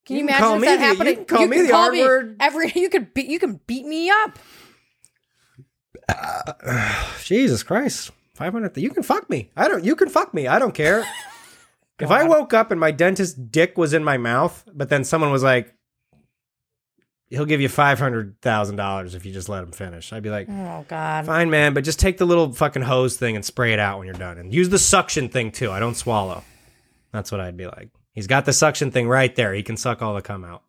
[SPEAKER 2] can you,
[SPEAKER 1] You can
[SPEAKER 2] imagine
[SPEAKER 1] call
[SPEAKER 2] if
[SPEAKER 1] me
[SPEAKER 2] that
[SPEAKER 1] the- you
[SPEAKER 2] happened?
[SPEAKER 1] can call me the R word.
[SPEAKER 2] Every you could beat you can beat me up.
[SPEAKER 1] Jesus Christ, five hundred. You can fuck me. I don't. You can fuck me. I don't care. if I woke up and my dentist's dick was in my mouth, but then someone was like, "He'll give you five hundred thousand dollars if you just let him finish," I'd be like,
[SPEAKER 2] Oh God.
[SPEAKER 1] "Fine, man, but just take the little fucking hose thing and spray it out when you're done, and use the suction thing too. I don't swallow." That's what I'd be like. He's got the suction thing right there. He can suck all the cum out.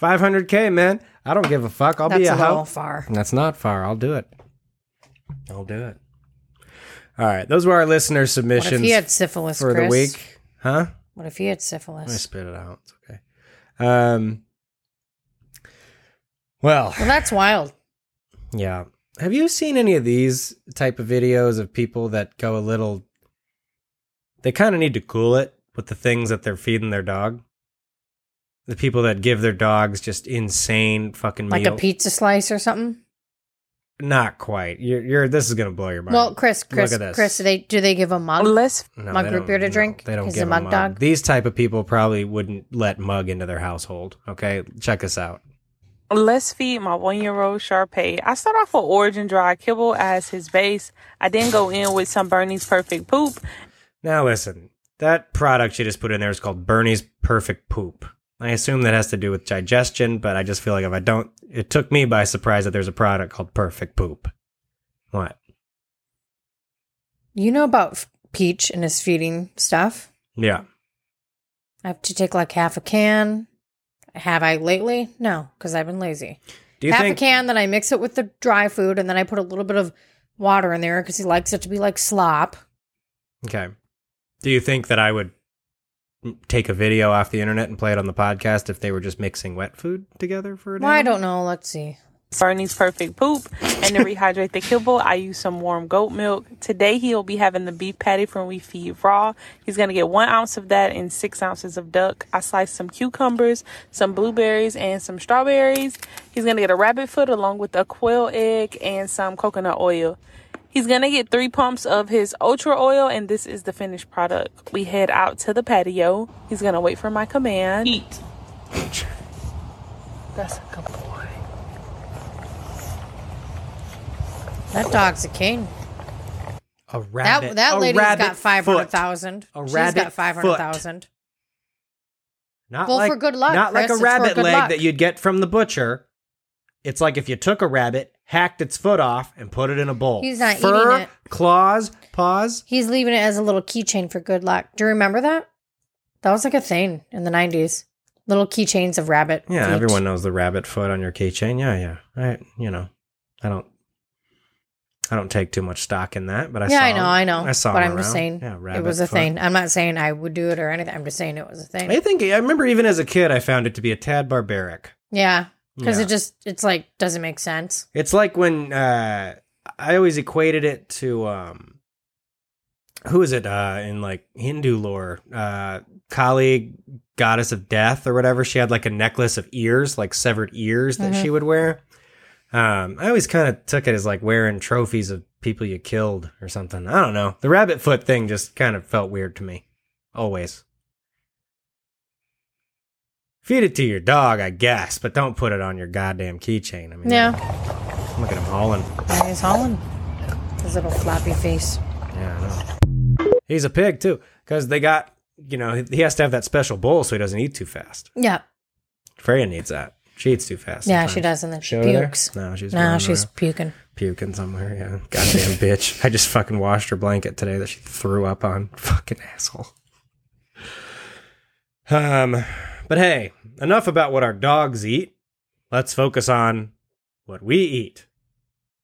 [SPEAKER 1] 500k, man. I don't give a fuck. I'll be
[SPEAKER 2] That's
[SPEAKER 1] a,
[SPEAKER 2] a little
[SPEAKER 1] hoe.
[SPEAKER 2] far.
[SPEAKER 1] That's not far. I'll do it. I'll do it. All right, those were our listener submissions.
[SPEAKER 2] he had syphilis,
[SPEAKER 1] for
[SPEAKER 2] Chris?
[SPEAKER 1] the week, huh?
[SPEAKER 2] What if he had
[SPEAKER 1] I
[SPEAKER 2] syphilis?
[SPEAKER 1] spit it out. It's okay. Um. Well,
[SPEAKER 2] Well, that's wild.
[SPEAKER 1] yeah. Have you seen any of these type of videos of people that go a little? They kind of need to cool it with the things that they're feeding their dog. The people that give their dogs just insane fucking
[SPEAKER 2] Like a
[SPEAKER 1] meal-
[SPEAKER 2] pizza slice or something.
[SPEAKER 1] Not quite. You're, you're. This is gonna blow your mind.
[SPEAKER 2] Well, Chris, Chris,
[SPEAKER 1] Look at this.
[SPEAKER 2] Chris, do they do they give a mug?
[SPEAKER 1] No,
[SPEAKER 2] mug
[SPEAKER 1] they
[SPEAKER 2] root
[SPEAKER 1] don't-
[SPEAKER 2] beer to
[SPEAKER 1] no,
[SPEAKER 2] drink?
[SPEAKER 1] they don't
[SPEAKER 2] He's
[SPEAKER 1] give
[SPEAKER 2] a mug, dog.
[SPEAKER 1] These type of people probably wouldn't let mug into their household. Okay, check us out.
[SPEAKER 12] Let's feed my one year old Sharpay. I start off with Origin Dry Kibble as his base. I then go in with some Bernie's Perfect Poop.
[SPEAKER 1] Now listen, that product you just put in there is called Bernie's Perfect Poop. I assume that has to do with digestion, but I just feel like if I don't, it took me by surprise that there's a product called Perfect Poop. What?
[SPEAKER 2] You know about F- Peach and his feeding stuff?
[SPEAKER 1] Yeah.
[SPEAKER 2] I have to take like half a can. Have I lately? No, because I've been lazy.
[SPEAKER 1] Do you
[SPEAKER 2] half
[SPEAKER 1] think-
[SPEAKER 2] a can, then I mix it with the dry food, and then I put a little bit of water in there because he likes it to be like slop.
[SPEAKER 1] Okay. Do you think that I would take a video off the internet and play it on the podcast if they were just mixing wet food together for an
[SPEAKER 2] Well, I
[SPEAKER 1] animal?
[SPEAKER 2] don't know. Let's see.
[SPEAKER 12] Bernie's perfect poop and to rehydrate the kibble, I use some warm goat milk. Today he'll be having the beef patty from We Feed Raw. He's gonna get one ounce of that and six ounces of duck. I sliced some cucumbers, some blueberries, and some strawberries. He's gonna get a rabbit foot along with a quail egg and some coconut oil. He's gonna get three pumps of his ultra oil, and this is the finished product. We head out to the patio. He's gonna wait for my command. Eat. That's a good boy.
[SPEAKER 2] That dog's a king.
[SPEAKER 1] A rabbit.
[SPEAKER 2] That that
[SPEAKER 1] a
[SPEAKER 2] lady's
[SPEAKER 1] rabbit
[SPEAKER 2] got five hundred thousand.
[SPEAKER 1] foot. A
[SPEAKER 2] She's
[SPEAKER 1] rabbit
[SPEAKER 2] got five hundred thousand.
[SPEAKER 1] Not
[SPEAKER 2] Well,
[SPEAKER 1] like,
[SPEAKER 2] for good luck,
[SPEAKER 1] Not like
[SPEAKER 2] Chris, it's
[SPEAKER 1] a
[SPEAKER 2] for
[SPEAKER 1] rabbit
[SPEAKER 2] good
[SPEAKER 1] leg
[SPEAKER 2] luck.
[SPEAKER 1] that you'd get from the butcher. It's like if you took a rabbit, hacked its foot off, and put it in a bowl.
[SPEAKER 2] He's not
[SPEAKER 1] Fur,
[SPEAKER 2] eating it.
[SPEAKER 1] claws, paws.
[SPEAKER 2] He's leaving it as a little keychain for good luck. Do you remember that? That was like a thing in the nineties. Little keychains of rabbit.
[SPEAKER 1] Yeah,
[SPEAKER 2] feet.
[SPEAKER 1] everyone knows the rabbit foot on your keychain. Yeah, yeah. I, you know, I don't, I don't take too much stock in that, but I
[SPEAKER 2] yeah,
[SPEAKER 1] saw
[SPEAKER 2] I know, I know.
[SPEAKER 1] I saw,
[SPEAKER 2] but
[SPEAKER 1] him
[SPEAKER 2] I'm just
[SPEAKER 1] around.
[SPEAKER 2] saying
[SPEAKER 1] yeah,
[SPEAKER 2] it
[SPEAKER 1] rabbit
[SPEAKER 2] was a
[SPEAKER 1] foot.
[SPEAKER 2] thing. I'm not saying I would do it or anything. I'm just saying it was a thing.
[SPEAKER 1] I think I remember even as a kid, I found it to be a tad barbaric.
[SPEAKER 2] yeah, because
[SPEAKER 1] Yeah.
[SPEAKER 2] it just it's like doesn't make sense.
[SPEAKER 1] It's like when uh, I always equated it to um, who is it uh, in like Hindu lore? Uh, Kali, goddess of death or whatever. She had like a necklace of ears, like severed ears that
[SPEAKER 13] Mhm.
[SPEAKER 1] she would wear. Um, I always kind of took it as like wearing trophies of people you killed or something. I don't know. The rabbit foot thing just kind of felt weird to me. Always. Feed it to your dog, I guess, but don't put it on your goddamn keychain. I mean,
[SPEAKER 2] Yeah,
[SPEAKER 1] Look at him hauling.
[SPEAKER 2] and he's hauling his little floppy face.
[SPEAKER 1] Yeah, I know. He's a pig too, because they got you know he has to have that special bowl so he doesn't eat too fast.
[SPEAKER 2] Yeah,
[SPEAKER 1] Freya needs that. She eats too fast.
[SPEAKER 2] yeah,
[SPEAKER 1] sometimes.
[SPEAKER 2] she does, and then she
[SPEAKER 1] Show her there?
[SPEAKER 2] pukes.
[SPEAKER 1] No, she's
[SPEAKER 2] no,
[SPEAKER 1] running
[SPEAKER 2] she's
[SPEAKER 1] around.
[SPEAKER 2] puking.
[SPEAKER 1] puking somewhere. Yeah, goddamn bitch. I just fucking washed her blanket today that she threw up on. Fucking asshole. Um, but hey, enough about what our dogs eat. Let's focus on what we eat.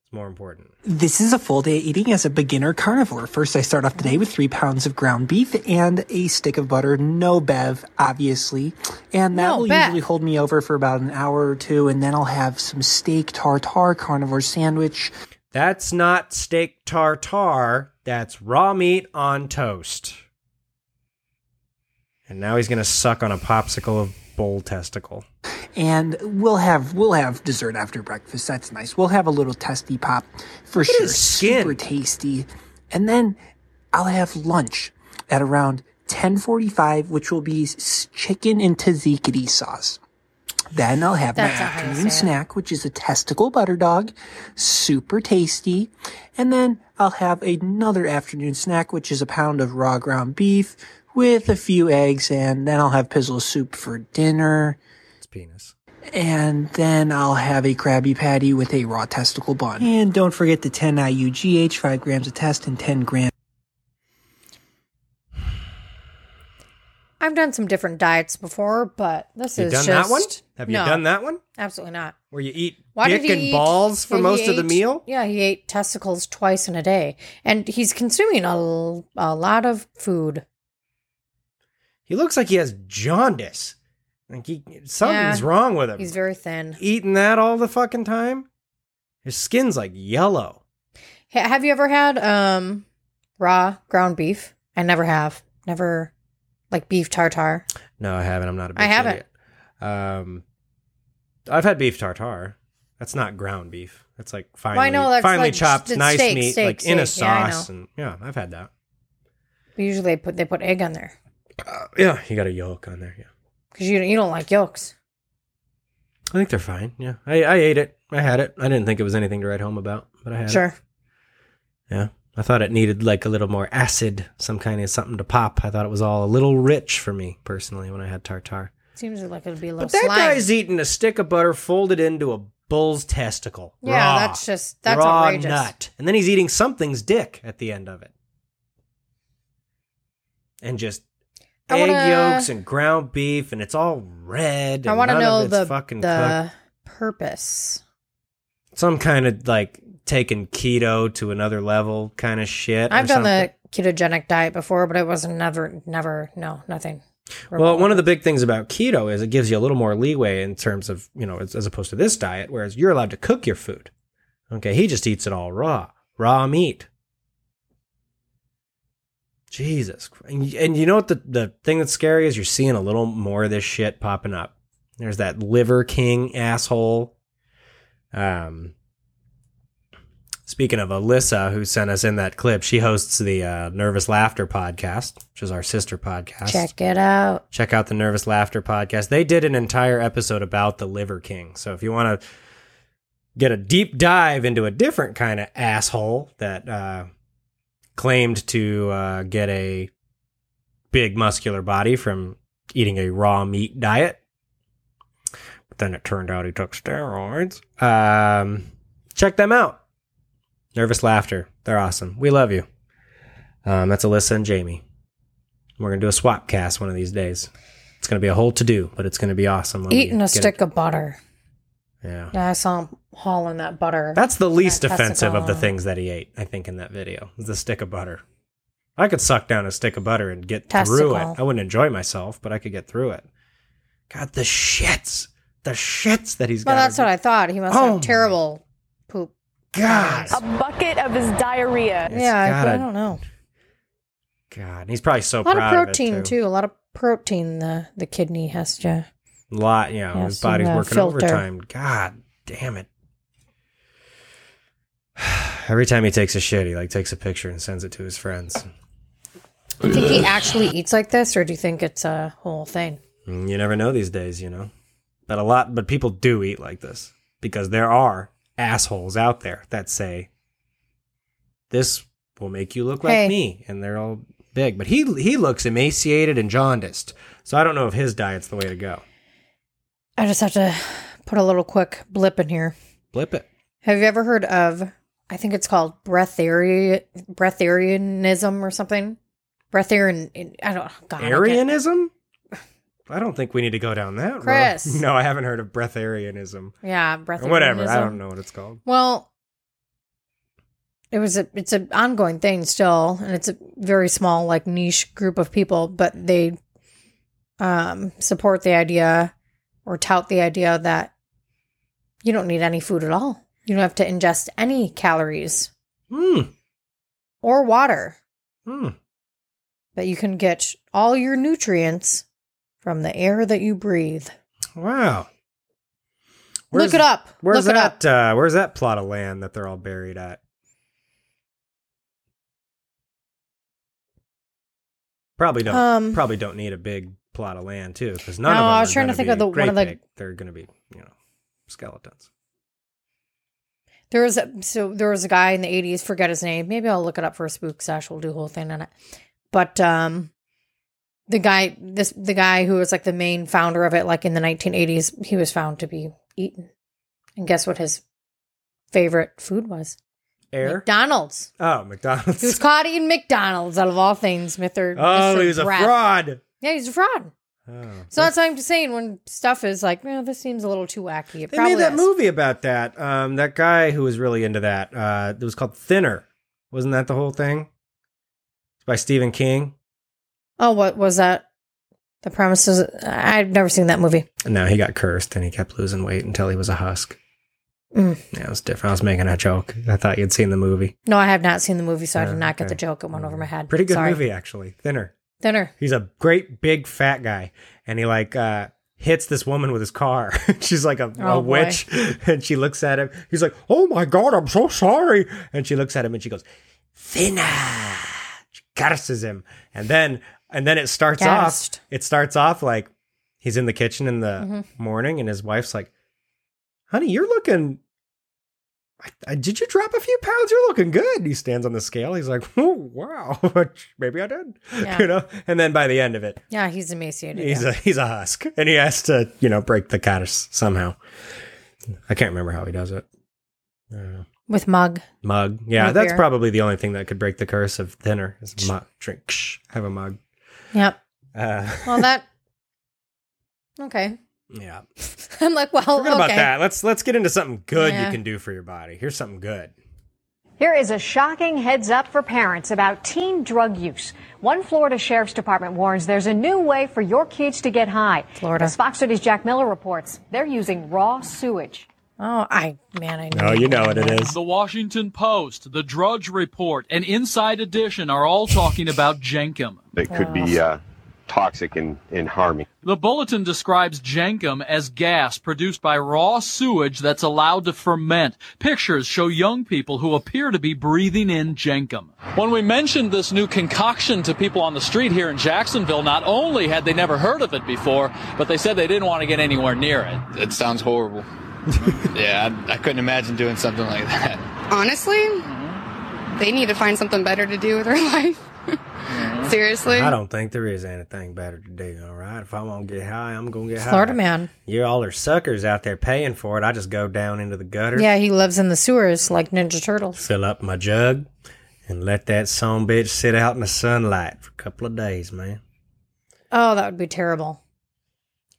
[SPEAKER 1] It's more important.
[SPEAKER 14] This is a full day eating as a beginner carnivore. First, I start off the day with three pounds of ground beef and a stick of butter. No bev, obviously. And that
[SPEAKER 15] No
[SPEAKER 14] will
[SPEAKER 15] bev.
[SPEAKER 14] usually hold me over for about an hour or two. And then I'll have some steak tartare carnivore sandwich.
[SPEAKER 1] That's not steak tartare. That's raw meat on toast. And now he's gonna suck on a popsicle of bull testicle.
[SPEAKER 14] And we'll have, we'll have dessert after breakfast. That's nice. We'll have a little testy pop for sure. Super tasty. And then I'll have lunch at around 1045, which will be s- chicken and tzatziki sauce. Then I'll have
[SPEAKER 15] That's
[SPEAKER 14] my
[SPEAKER 15] not how you
[SPEAKER 14] afternoon
[SPEAKER 15] say it.
[SPEAKER 14] snack, which is a testicle butter dog, super tasty. And then I'll have another afternoon snack, which is a pound of raw ground beef with a few eggs, and then I'll have pizzle soup for dinner. It's
[SPEAKER 1] penis.
[SPEAKER 14] And then I'll have a Krabby Patty with a raw testicle bun. And don't forget the 10 IUGH, 5 grams of test, and 10 grams.
[SPEAKER 2] I've done some different diets before, but this
[SPEAKER 1] You
[SPEAKER 2] is
[SPEAKER 1] done
[SPEAKER 2] just,
[SPEAKER 1] that one? Have you
[SPEAKER 2] No,
[SPEAKER 1] done that one?
[SPEAKER 2] Absolutely not.
[SPEAKER 1] Where you eat
[SPEAKER 2] Why
[SPEAKER 1] dick
[SPEAKER 2] did he
[SPEAKER 1] and
[SPEAKER 2] eat-
[SPEAKER 1] balls for
[SPEAKER 2] yeah, he
[SPEAKER 1] most of the
[SPEAKER 2] ate-
[SPEAKER 1] meal?
[SPEAKER 2] Yeah, he ate testicles twice in a day, and he's consuming a, l- a lot of food.
[SPEAKER 1] He looks like he has jaundice. Like he, something's
[SPEAKER 2] Yeah.
[SPEAKER 1] wrong with him.
[SPEAKER 2] He's very thin.
[SPEAKER 1] eating that all the fucking time. His skin's like yellow.
[SPEAKER 2] Ha- have you ever had um raw ground beef? I never have. Never like beef tartare.
[SPEAKER 1] No, I haven't. I'm not a big
[SPEAKER 2] I haven't.
[SPEAKER 1] idiot. Um, I've had beef tartare. That's not ground beef. That's like finely,
[SPEAKER 2] I know that's
[SPEAKER 1] finely
[SPEAKER 2] like
[SPEAKER 1] chopped,
[SPEAKER 2] st-
[SPEAKER 1] nice
[SPEAKER 2] steak,
[SPEAKER 1] meat,
[SPEAKER 2] steak,
[SPEAKER 1] like in a
[SPEAKER 2] steak. Yeah, I
[SPEAKER 1] sauce.
[SPEAKER 2] know.
[SPEAKER 1] and yeah, I've had that.
[SPEAKER 2] Usually they put they put egg on there
[SPEAKER 1] Uh, Yeah, you got a yolk on there. Yeah,
[SPEAKER 2] because you you don't like yolks.
[SPEAKER 1] I think they're fine. Yeah, I, I ate it. I had it. I didn't think it was anything to write home about, but I had it.
[SPEAKER 2] Sure.
[SPEAKER 1] Yeah. I thought it needed like a little more acid, some kind of something to pop. I thought it was all a little rich for me personally when I had tartar.
[SPEAKER 2] Seems like it'd be a little
[SPEAKER 1] But that
[SPEAKER 2] slimy.
[SPEAKER 1] guy's eating a stick of butter folded into a bull's testicle.
[SPEAKER 2] Yeah,
[SPEAKER 1] Raw.
[SPEAKER 2] that's just- that's
[SPEAKER 1] raw
[SPEAKER 2] outrageous.
[SPEAKER 1] nut. And then he's eating something's dick at the end of it. And just
[SPEAKER 2] I
[SPEAKER 1] egg
[SPEAKER 2] wanna-
[SPEAKER 1] yolks and ground beef and it's all red.
[SPEAKER 2] I
[SPEAKER 1] want to
[SPEAKER 2] know the
[SPEAKER 1] fucking
[SPEAKER 2] the purpose.
[SPEAKER 1] cooked. some kind of like taking keto to another level kind of shit. or
[SPEAKER 2] I've done
[SPEAKER 1] something.
[SPEAKER 2] the ketogenic diet before, but it was never, never, no, nothing.
[SPEAKER 1] Well, one of the big things about keto is it gives you a little more leeway in terms of, you know, as, as opposed to this diet, whereas you're allowed to cook your food. Okay, he just eats it all raw, raw meat. Jesus. Christ. And, y- and you know what the, the thing that's scary is? You're seeing a little more of this shit popping up. There's that liver king asshole. Um, speaking of Alyssa, who sent us in that clip, she hosts the uh, Nervous Laughter podcast, which is our sister podcast
[SPEAKER 2] Check it out.
[SPEAKER 1] check out the Nervous Laughter podcast. They did an entire episode about the Liver King. So if you want to get a deep dive into a different kind of asshole that uh, claimed to uh, get a big muscular body from eating a raw meat diet, but then it turned out he took steroids. Um, check them out. Nervous Laughter. They're awesome. We love you. Um, that's Alyssa and Jamie. We're gonna do a swap cast one of these days. It's gonna be a whole to do, but it's gonna be awesome. when we
[SPEAKER 2] Eating a
[SPEAKER 1] get it.
[SPEAKER 2] stick of butter.
[SPEAKER 1] Yeah.
[SPEAKER 2] Yeah, I saw him hauling that butter.
[SPEAKER 1] That's the least
[SPEAKER 2] That
[SPEAKER 1] offensive of the
[SPEAKER 2] testicle.
[SPEAKER 1] things that he ate, I think, in that video. is The stick of butter. I could suck down a stick of butter and get through
[SPEAKER 2] Testicle.
[SPEAKER 1] it. I wouldn't enjoy myself, but I could get through it. God, the shits. The shits that he's
[SPEAKER 2] Well,
[SPEAKER 1] got.
[SPEAKER 2] that's what I thought. He must
[SPEAKER 1] Oh my
[SPEAKER 2] have terrible poop.
[SPEAKER 1] God.
[SPEAKER 13] A bucket of his diarrhea.
[SPEAKER 2] yeah, I-
[SPEAKER 1] gotta-
[SPEAKER 2] I don't know.
[SPEAKER 1] God, and he's probably so
[SPEAKER 2] a lot of
[SPEAKER 1] proud
[SPEAKER 2] protein
[SPEAKER 1] of it, too.
[SPEAKER 2] too. A lot of protein the the kidney has to.
[SPEAKER 1] A lot, you know,
[SPEAKER 2] Yeah,
[SPEAKER 1] his
[SPEAKER 2] some,
[SPEAKER 1] body's
[SPEAKER 2] uh,
[SPEAKER 1] working
[SPEAKER 2] filter.
[SPEAKER 1] overtime. God damn it. Every time he takes a shit, he like takes a picture and sends it to his friends.
[SPEAKER 2] Do you think he actually eats like this, or do you think it's a whole thing?
[SPEAKER 1] Mm, You never know these days, you know. But a lot, but people do eat like this because there are assholes out there that say, "This will make you look like
[SPEAKER 2] Hey.
[SPEAKER 1] me," and they're all big. But he he looks emaciated and jaundiced, so I don't know if his diet's the way to go.
[SPEAKER 2] I just have to put a little quick blip in here.
[SPEAKER 1] Blip it.
[SPEAKER 2] Have you ever heard of? I think it's called breathari- breatharianism or something. Breatharian. I don't. oh God, I can't-
[SPEAKER 1] Arianism. I don't think we need to go down that road.
[SPEAKER 2] Chris.
[SPEAKER 1] No, I haven't heard of breatharianism.
[SPEAKER 2] Yeah,
[SPEAKER 1] Or Whatever. I
[SPEAKER 2] breatharianism.
[SPEAKER 1] don't know what it's called.
[SPEAKER 2] Well, it was a it's an ongoing thing still, and it's a very small like niche group of people, but they um, support the idea or tout the idea that you don't need any food at all. You don't have to ingest any calories
[SPEAKER 1] Hmm,
[SPEAKER 2] or water. But you can get all your nutrients from the air that you breathe.
[SPEAKER 1] Wow.
[SPEAKER 2] Look it up.
[SPEAKER 1] Where's
[SPEAKER 2] Look it
[SPEAKER 1] that? Uh, where's that plot of land that they're all buried at? Probably don't.
[SPEAKER 2] Um,
[SPEAKER 1] probably don't need a big plot of land too, because none
[SPEAKER 2] No,
[SPEAKER 1] of them.
[SPEAKER 2] I was
[SPEAKER 1] are
[SPEAKER 2] trying to
[SPEAKER 1] gonna
[SPEAKER 2] think of
[SPEAKER 1] be
[SPEAKER 2] the- one
[SPEAKER 1] great
[SPEAKER 2] of the-
[SPEAKER 1] big. They're going to be, you know, skeletons.
[SPEAKER 2] There was a so there was a guy in the eighties, forget his name. Maybe I'll look it up for a spook sesh. We'll do a whole thing on it. But um the guy this the guy who was like the main founder of it, like in the nineteen eighties, he was found to be eaten. And guess what his favorite food was?
[SPEAKER 1] Air.
[SPEAKER 2] McDonald's. He
[SPEAKER 1] Oh,
[SPEAKER 2] was
[SPEAKER 1] McDonald's.
[SPEAKER 2] caught eating McDonald's out of all things, Mr.
[SPEAKER 1] Oh,
[SPEAKER 2] Mr.
[SPEAKER 1] he was a
[SPEAKER 2] Brett.
[SPEAKER 1] fraud.
[SPEAKER 2] Yeah, he's a fraud.
[SPEAKER 1] Oh.
[SPEAKER 2] So that's what I'm just saying when stuff is like, no, this seems a little too wacky. It
[SPEAKER 1] They
[SPEAKER 2] probably
[SPEAKER 1] made that
[SPEAKER 2] is.
[SPEAKER 1] movie about that. Um, that guy who was really into that. Uh, it was called Thinner. Wasn't that the whole thing? It's by Stephen King.
[SPEAKER 2] Oh, what was that? The premises I've never seen that movie.
[SPEAKER 1] No, he got cursed and he kept losing weight until he was a husk.
[SPEAKER 2] Mm.
[SPEAKER 1] Yeah, it was different. I was making a joke. I thought you'd seen the movie.
[SPEAKER 2] No, I have not seen the movie, so I
[SPEAKER 1] Oh,
[SPEAKER 2] did not get the
[SPEAKER 1] okay. Mm.
[SPEAKER 2] joke. It went over my head.
[SPEAKER 1] Pretty good
[SPEAKER 2] Sorry.
[SPEAKER 1] movie, actually. Thinner.
[SPEAKER 2] Thinner.
[SPEAKER 1] He's a great big fat guy, and he like uh, hits this woman with his car. She's like a, a
[SPEAKER 5] Oh, boy.
[SPEAKER 1] witch, and she looks at him. He's like, "Oh my god, I'm so sorry." And she looks at him and she goes, "Thinner." She curses him, and then and then it starts
[SPEAKER 5] Gassed.
[SPEAKER 1] off. It starts off like he's in the kitchen in the
[SPEAKER 5] Mhm.
[SPEAKER 2] Mm-hmm.
[SPEAKER 1] morning, and his wife's like, "Honey, you're looking uh, did you drop a few pounds? You're looking good. He stands on the scale. He's like, oh, wow, maybe I did.
[SPEAKER 2] Yeah.
[SPEAKER 1] You know, and then by the end of it,
[SPEAKER 2] Yeah, he's emaciated.
[SPEAKER 1] he's
[SPEAKER 2] yeah.
[SPEAKER 1] a he's a husk, and he has to you know break the curse somehow. I can't remember how he does it. I don't know.
[SPEAKER 2] With mug.
[SPEAKER 1] Mug, yeah,
[SPEAKER 2] Mug
[SPEAKER 1] that's
[SPEAKER 2] beer.
[SPEAKER 1] probably the only thing that could break the curse of thinner is a mug. Drink, Ksh, have a mug.
[SPEAKER 2] Yep.
[SPEAKER 1] Uh,
[SPEAKER 2] Well, that. Okay.
[SPEAKER 1] yeah,
[SPEAKER 2] I'm like, well,
[SPEAKER 1] forget about
[SPEAKER 2] okay.
[SPEAKER 1] that. Let's let's get into something good
[SPEAKER 2] Yeah.
[SPEAKER 1] you can do for your body. Here's something good.
[SPEAKER 15] Here is a shocking heads up for parents about teen drug use. One Florida Sheriff's Department warns there's a new way for your kids to get high.
[SPEAKER 2] Florida.
[SPEAKER 15] As Fox City's Jack Miller reports, they're using raw sewage.
[SPEAKER 2] Oh, I, man, I
[SPEAKER 1] Oh, you know what it is.
[SPEAKER 16] The Washington Post, the Drudge Report, and Inside Edition are all talking about Jenkum.
[SPEAKER 17] that could be uh, toxic and, and harming.
[SPEAKER 16] The bulletin describes jankum as gas produced by raw sewage that's allowed to ferment. Pictures show young people who appear to be breathing in jankum. When we mentioned this new concoction to people on the street here in Jacksonville, not only had they never heard of it before, but they said they didn't want to get anywhere near it. It sounds horrible. yeah, I, I couldn't imagine doing something like that.
[SPEAKER 18] Honestly, they need to find something better to do with their life. Seriously.
[SPEAKER 1] I don't think there is anything better to do. All right, if I want to get high, I'm gonna get high.
[SPEAKER 2] Florida man.
[SPEAKER 1] you all are suckers out there paying for it. I just go down into the gutter,
[SPEAKER 2] Yeah, he lives in the sewers like Ninja Turtles.
[SPEAKER 1] fill up my jug, and let that son bitch sit out in the sunlight for a couple of days, man.
[SPEAKER 2] Oh, that would be terrible.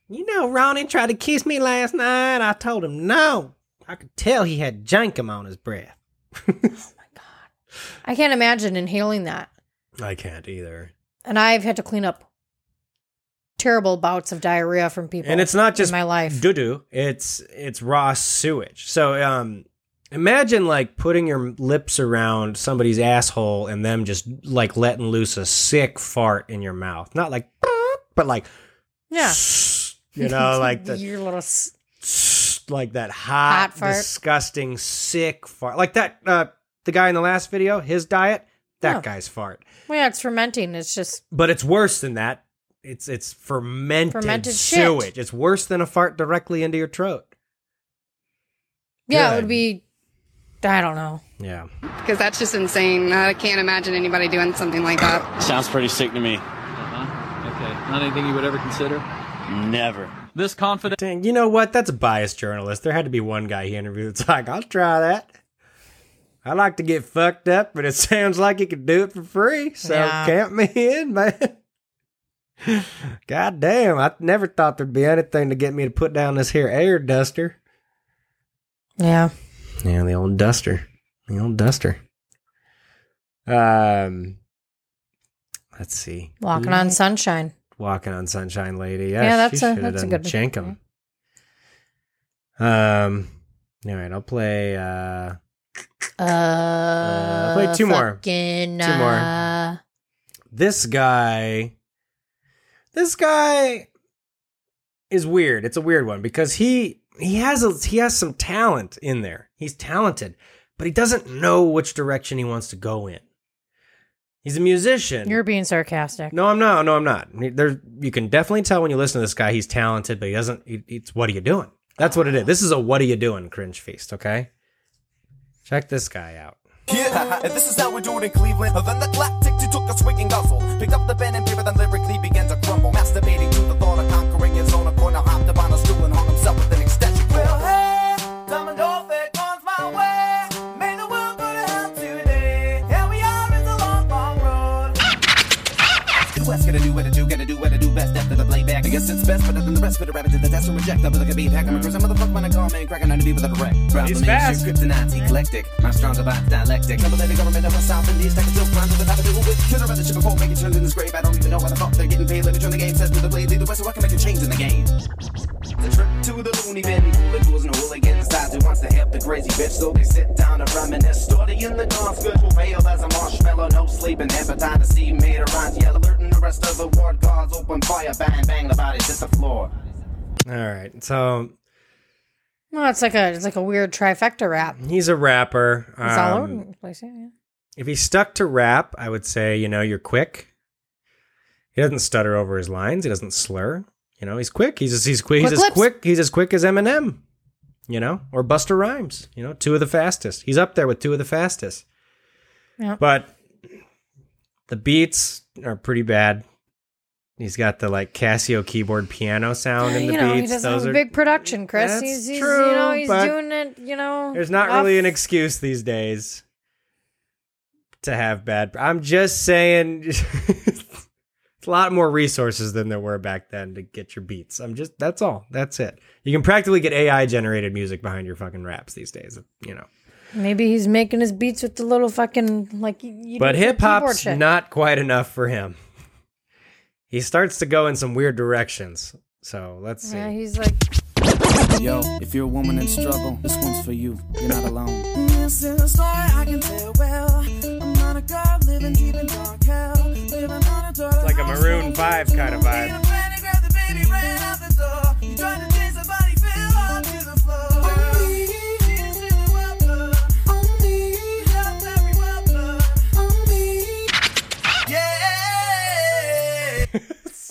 [SPEAKER 1] You know, Ronnie tried to kiss me last night. I told him no. I could tell he had jankum on his breath.
[SPEAKER 2] I can't imagine inhaling that.
[SPEAKER 1] I can't either.
[SPEAKER 2] And I've had to clean up terrible bouts of diarrhea from people.
[SPEAKER 1] And it's not
[SPEAKER 2] in
[SPEAKER 1] just
[SPEAKER 2] my life.
[SPEAKER 1] Doo doo. It's it's raw sewage. So um, imagine like putting your lips around somebody's asshole and them just like letting loose a sick fart in your mouth. Not like, but like
[SPEAKER 2] Yeah.
[SPEAKER 1] you know, like the
[SPEAKER 2] your little s-
[SPEAKER 1] like that hot,
[SPEAKER 2] Hot fart.
[SPEAKER 1] disgusting, sick fart. Like that. Uh, the guy in the last video, his diet. That
[SPEAKER 2] Yeah.
[SPEAKER 1] guy's fart.
[SPEAKER 2] well, yeah, it's fermenting. It's just
[SPEAKER 1] But it's worse than that. It's it's fermented,
[SPEAKER 2] Fermented shit.
[SPEAKER 1] sewage. It's worse than a fart directly into your throat.
[SPEAKER 2] yeah, it
[SPEAKER 1] Good.
[SPEAKER 2] would be. I don't know.
[SPEAKER 1] Yeah.
[SPEAKER 18] Because that's just insane. I can't imagine anybody doing something like that.
[SPEAKER 19] Sounds pretty sick to me.
[SPEAKER 16] Uh-huh. Okay, not anything you would ever consider?
[SPEAKER 19] Never.
[SPEAKER 16] This confident.
[SPEAKER 1] Dang, you know what? That's a biased journalist. There had to be one guy he interviewed that's like, I'll try that. I like to get fucked up, but it sounds like you could do it for free. So
[SPEAKER 5] Yeah.
[SPEAKER 1] count me in, man. God damn, I never thought there'd be anything to get me to put down this here air duster.
[SPEAKER 2] Yeah.
[SPEAKER 1] Yeah, the old duster. The old duster. Um let's see.
[SPEAKER 2] Walking
[SPEAKER 1] Mm-hmm.
[SPEAKER 2] on sunshine.
[SPEAKER 1] Walking on Sunshine Lady.
[SPEAKER 2] Yeah,
[SPEAKER 1] Yeah,
[SPEAKER 2] that's
[SPEAKER 1] she
[SPEAKER 2] a-
[SPEAKER 1] should have
[SPEAKER 2] that's a
[SPEAKER 1] done
[SPEAKER 2] good one.
[SPEAKER 1] Jankum. Um, all right, I'll play. Uh,
[SPEAKER 2] Uh,
[SPEAKER 1] play two more.
[SPEAKER 2] fucking,
[SPEAKER 1] Two more.
[SPEAKER 2] uh,
[SPEAKER 1] this guy. This guy is weird. It's a weird one because he he has a he has some talent in there. He's talented, but he doesn't know which direction he wants to go in. He's a musician.
[SPEAKER 2] You're being sarcastic.
[SPEAKER 1] No, I'm not. No, I'm not. There, you can definitely tell when you listen to this guy. He's talented, but he doesn't. He, it's what are you doing? That's what it is. This is a what are you doing cringe feast. Okay, check this guy out.
[SPEAKER 20] Yeah, and this is how we do it in Cleveland. Then the galactic you took a swig and guzzle. Picked up the pen and paper, then lyrically began to crumble. Masturbating to the thought of conquering his own corner. Hopped up on a stool and hung himself with an extension cord. Well, hey, Diamond Dolphin comes my way. May the world go to hell today. Here we are, it's a long, long road. West, gotta do what I do, gotta do what I do best after the playback. I guess it's best, better than the rest, for the rabbit to the test and reject. I'll be like a beat hack. I'm a cruiser, motherfucker, when I call man, cracking on the beat with a wreck. Problem is,
[SPEAKER 21] fast.
[SPEAKER 20] your kryptonite's eclectic. My strong about dialectic. Never let the government of a south and east. I can still grind to the top of the wood. Should have rather chip before making turns in this grave. I don't even know why the fuck they're getting paid. Let me turn the game, set to the blade, lead the way so I can make a change in the game. The trip to the loony bin, the tools and hooligans, sides who wants to help the crazy bitch, so they sit down to reminisce. Story in the dawn, spiritual pale as a marshmallow, no sleeping, appetite to see made around yell, alerting the rest of the ward guards, open fire, bang, bang, the body hit the floor.
[SPEAKER 1] All right, so
[SPEAKER 2] No, it's like a it's like a weird trifecta rap.
[SPEAKER 1] he's a rapper.
[SPEAKER 2] It's all
[SPEAKER 1] Um,
[SPEAKER 2] over the place. Yeah, yeah.
[SPEAKER 1] if he stuck to rap, I would say you know you're quick. He doesn't stutter over his lines. He doesn't slur. You know he's quick. He's as he's quick.
[SPEAKER 2] Quick
[SPEAKER 1] He's as
[SPEAKER 2] lips.
[SPEAKER 1] quick. He's as quick as Eminem. You know, or Buster Rhymes. You know, two of the fastest. He's up there with two of the fastest.
[SPEAKER 2] Yeah.
[SPEAKER 1] But the beats are pretty bad. He's got the like Casio keyboard piano sound in the
[SPEAKER 2] you know, he
[SPEAKER 1] beats.
[SPEAKER 2] doesn't
[SPEAKER 1] Those
[SPEAKER 2] have a
[SPEAKER 1] are
[SPEAKER 2] big production, Chris.
[SPEAKER 1] That's
[SPEAKER 2] he's, he's
[SPEAKER 1] true,
[SPEAKER 2] you know, he's
[SPEAKER 1] but
[SPEAKER 2] doing it, you know.
[SPEAKER 1] there's not
[SPEAKER 2] off-
[SPEAKER 1] really an excuse these days to have bad. I'm just saying, it's a lot more resources than there were back then to get your beats. I'm just that's all. That's it. You can practically get AI generated music behind your fucking raps these days. You know.
[SPEAKER 2] Maybe he's making his beats with the little fucking like. You, you
[SPEAKER 1] but
[SPEAKER 2] do for
[SPEAKER 1] hip
[SPEAKER 2] keyboard
[SPEAKER 1] hop's
[SPEAKER 2] shit.
[SPEAKER 1] not quite enough for him. He starts to go in some weird directions. So let's see.
[SPEAKER 2] Yeah, he's like.
[SPEAKER 21] Yo, if you're a woman in struggle, this one's for you. You're not alone.
[SPEAKER 22] This is a story I can tell well. I'm not a girl living deep in dark hell. Living on a toilet.
[SPEAKER 1] It's like a Maroon 5 kind of vibe.
[SPEAKER 22] Granny grabbed the baby, ran out the door. You tried to chase somebody, fell onto the floor. Only is really well done. Only not very well done. Only. Yeah.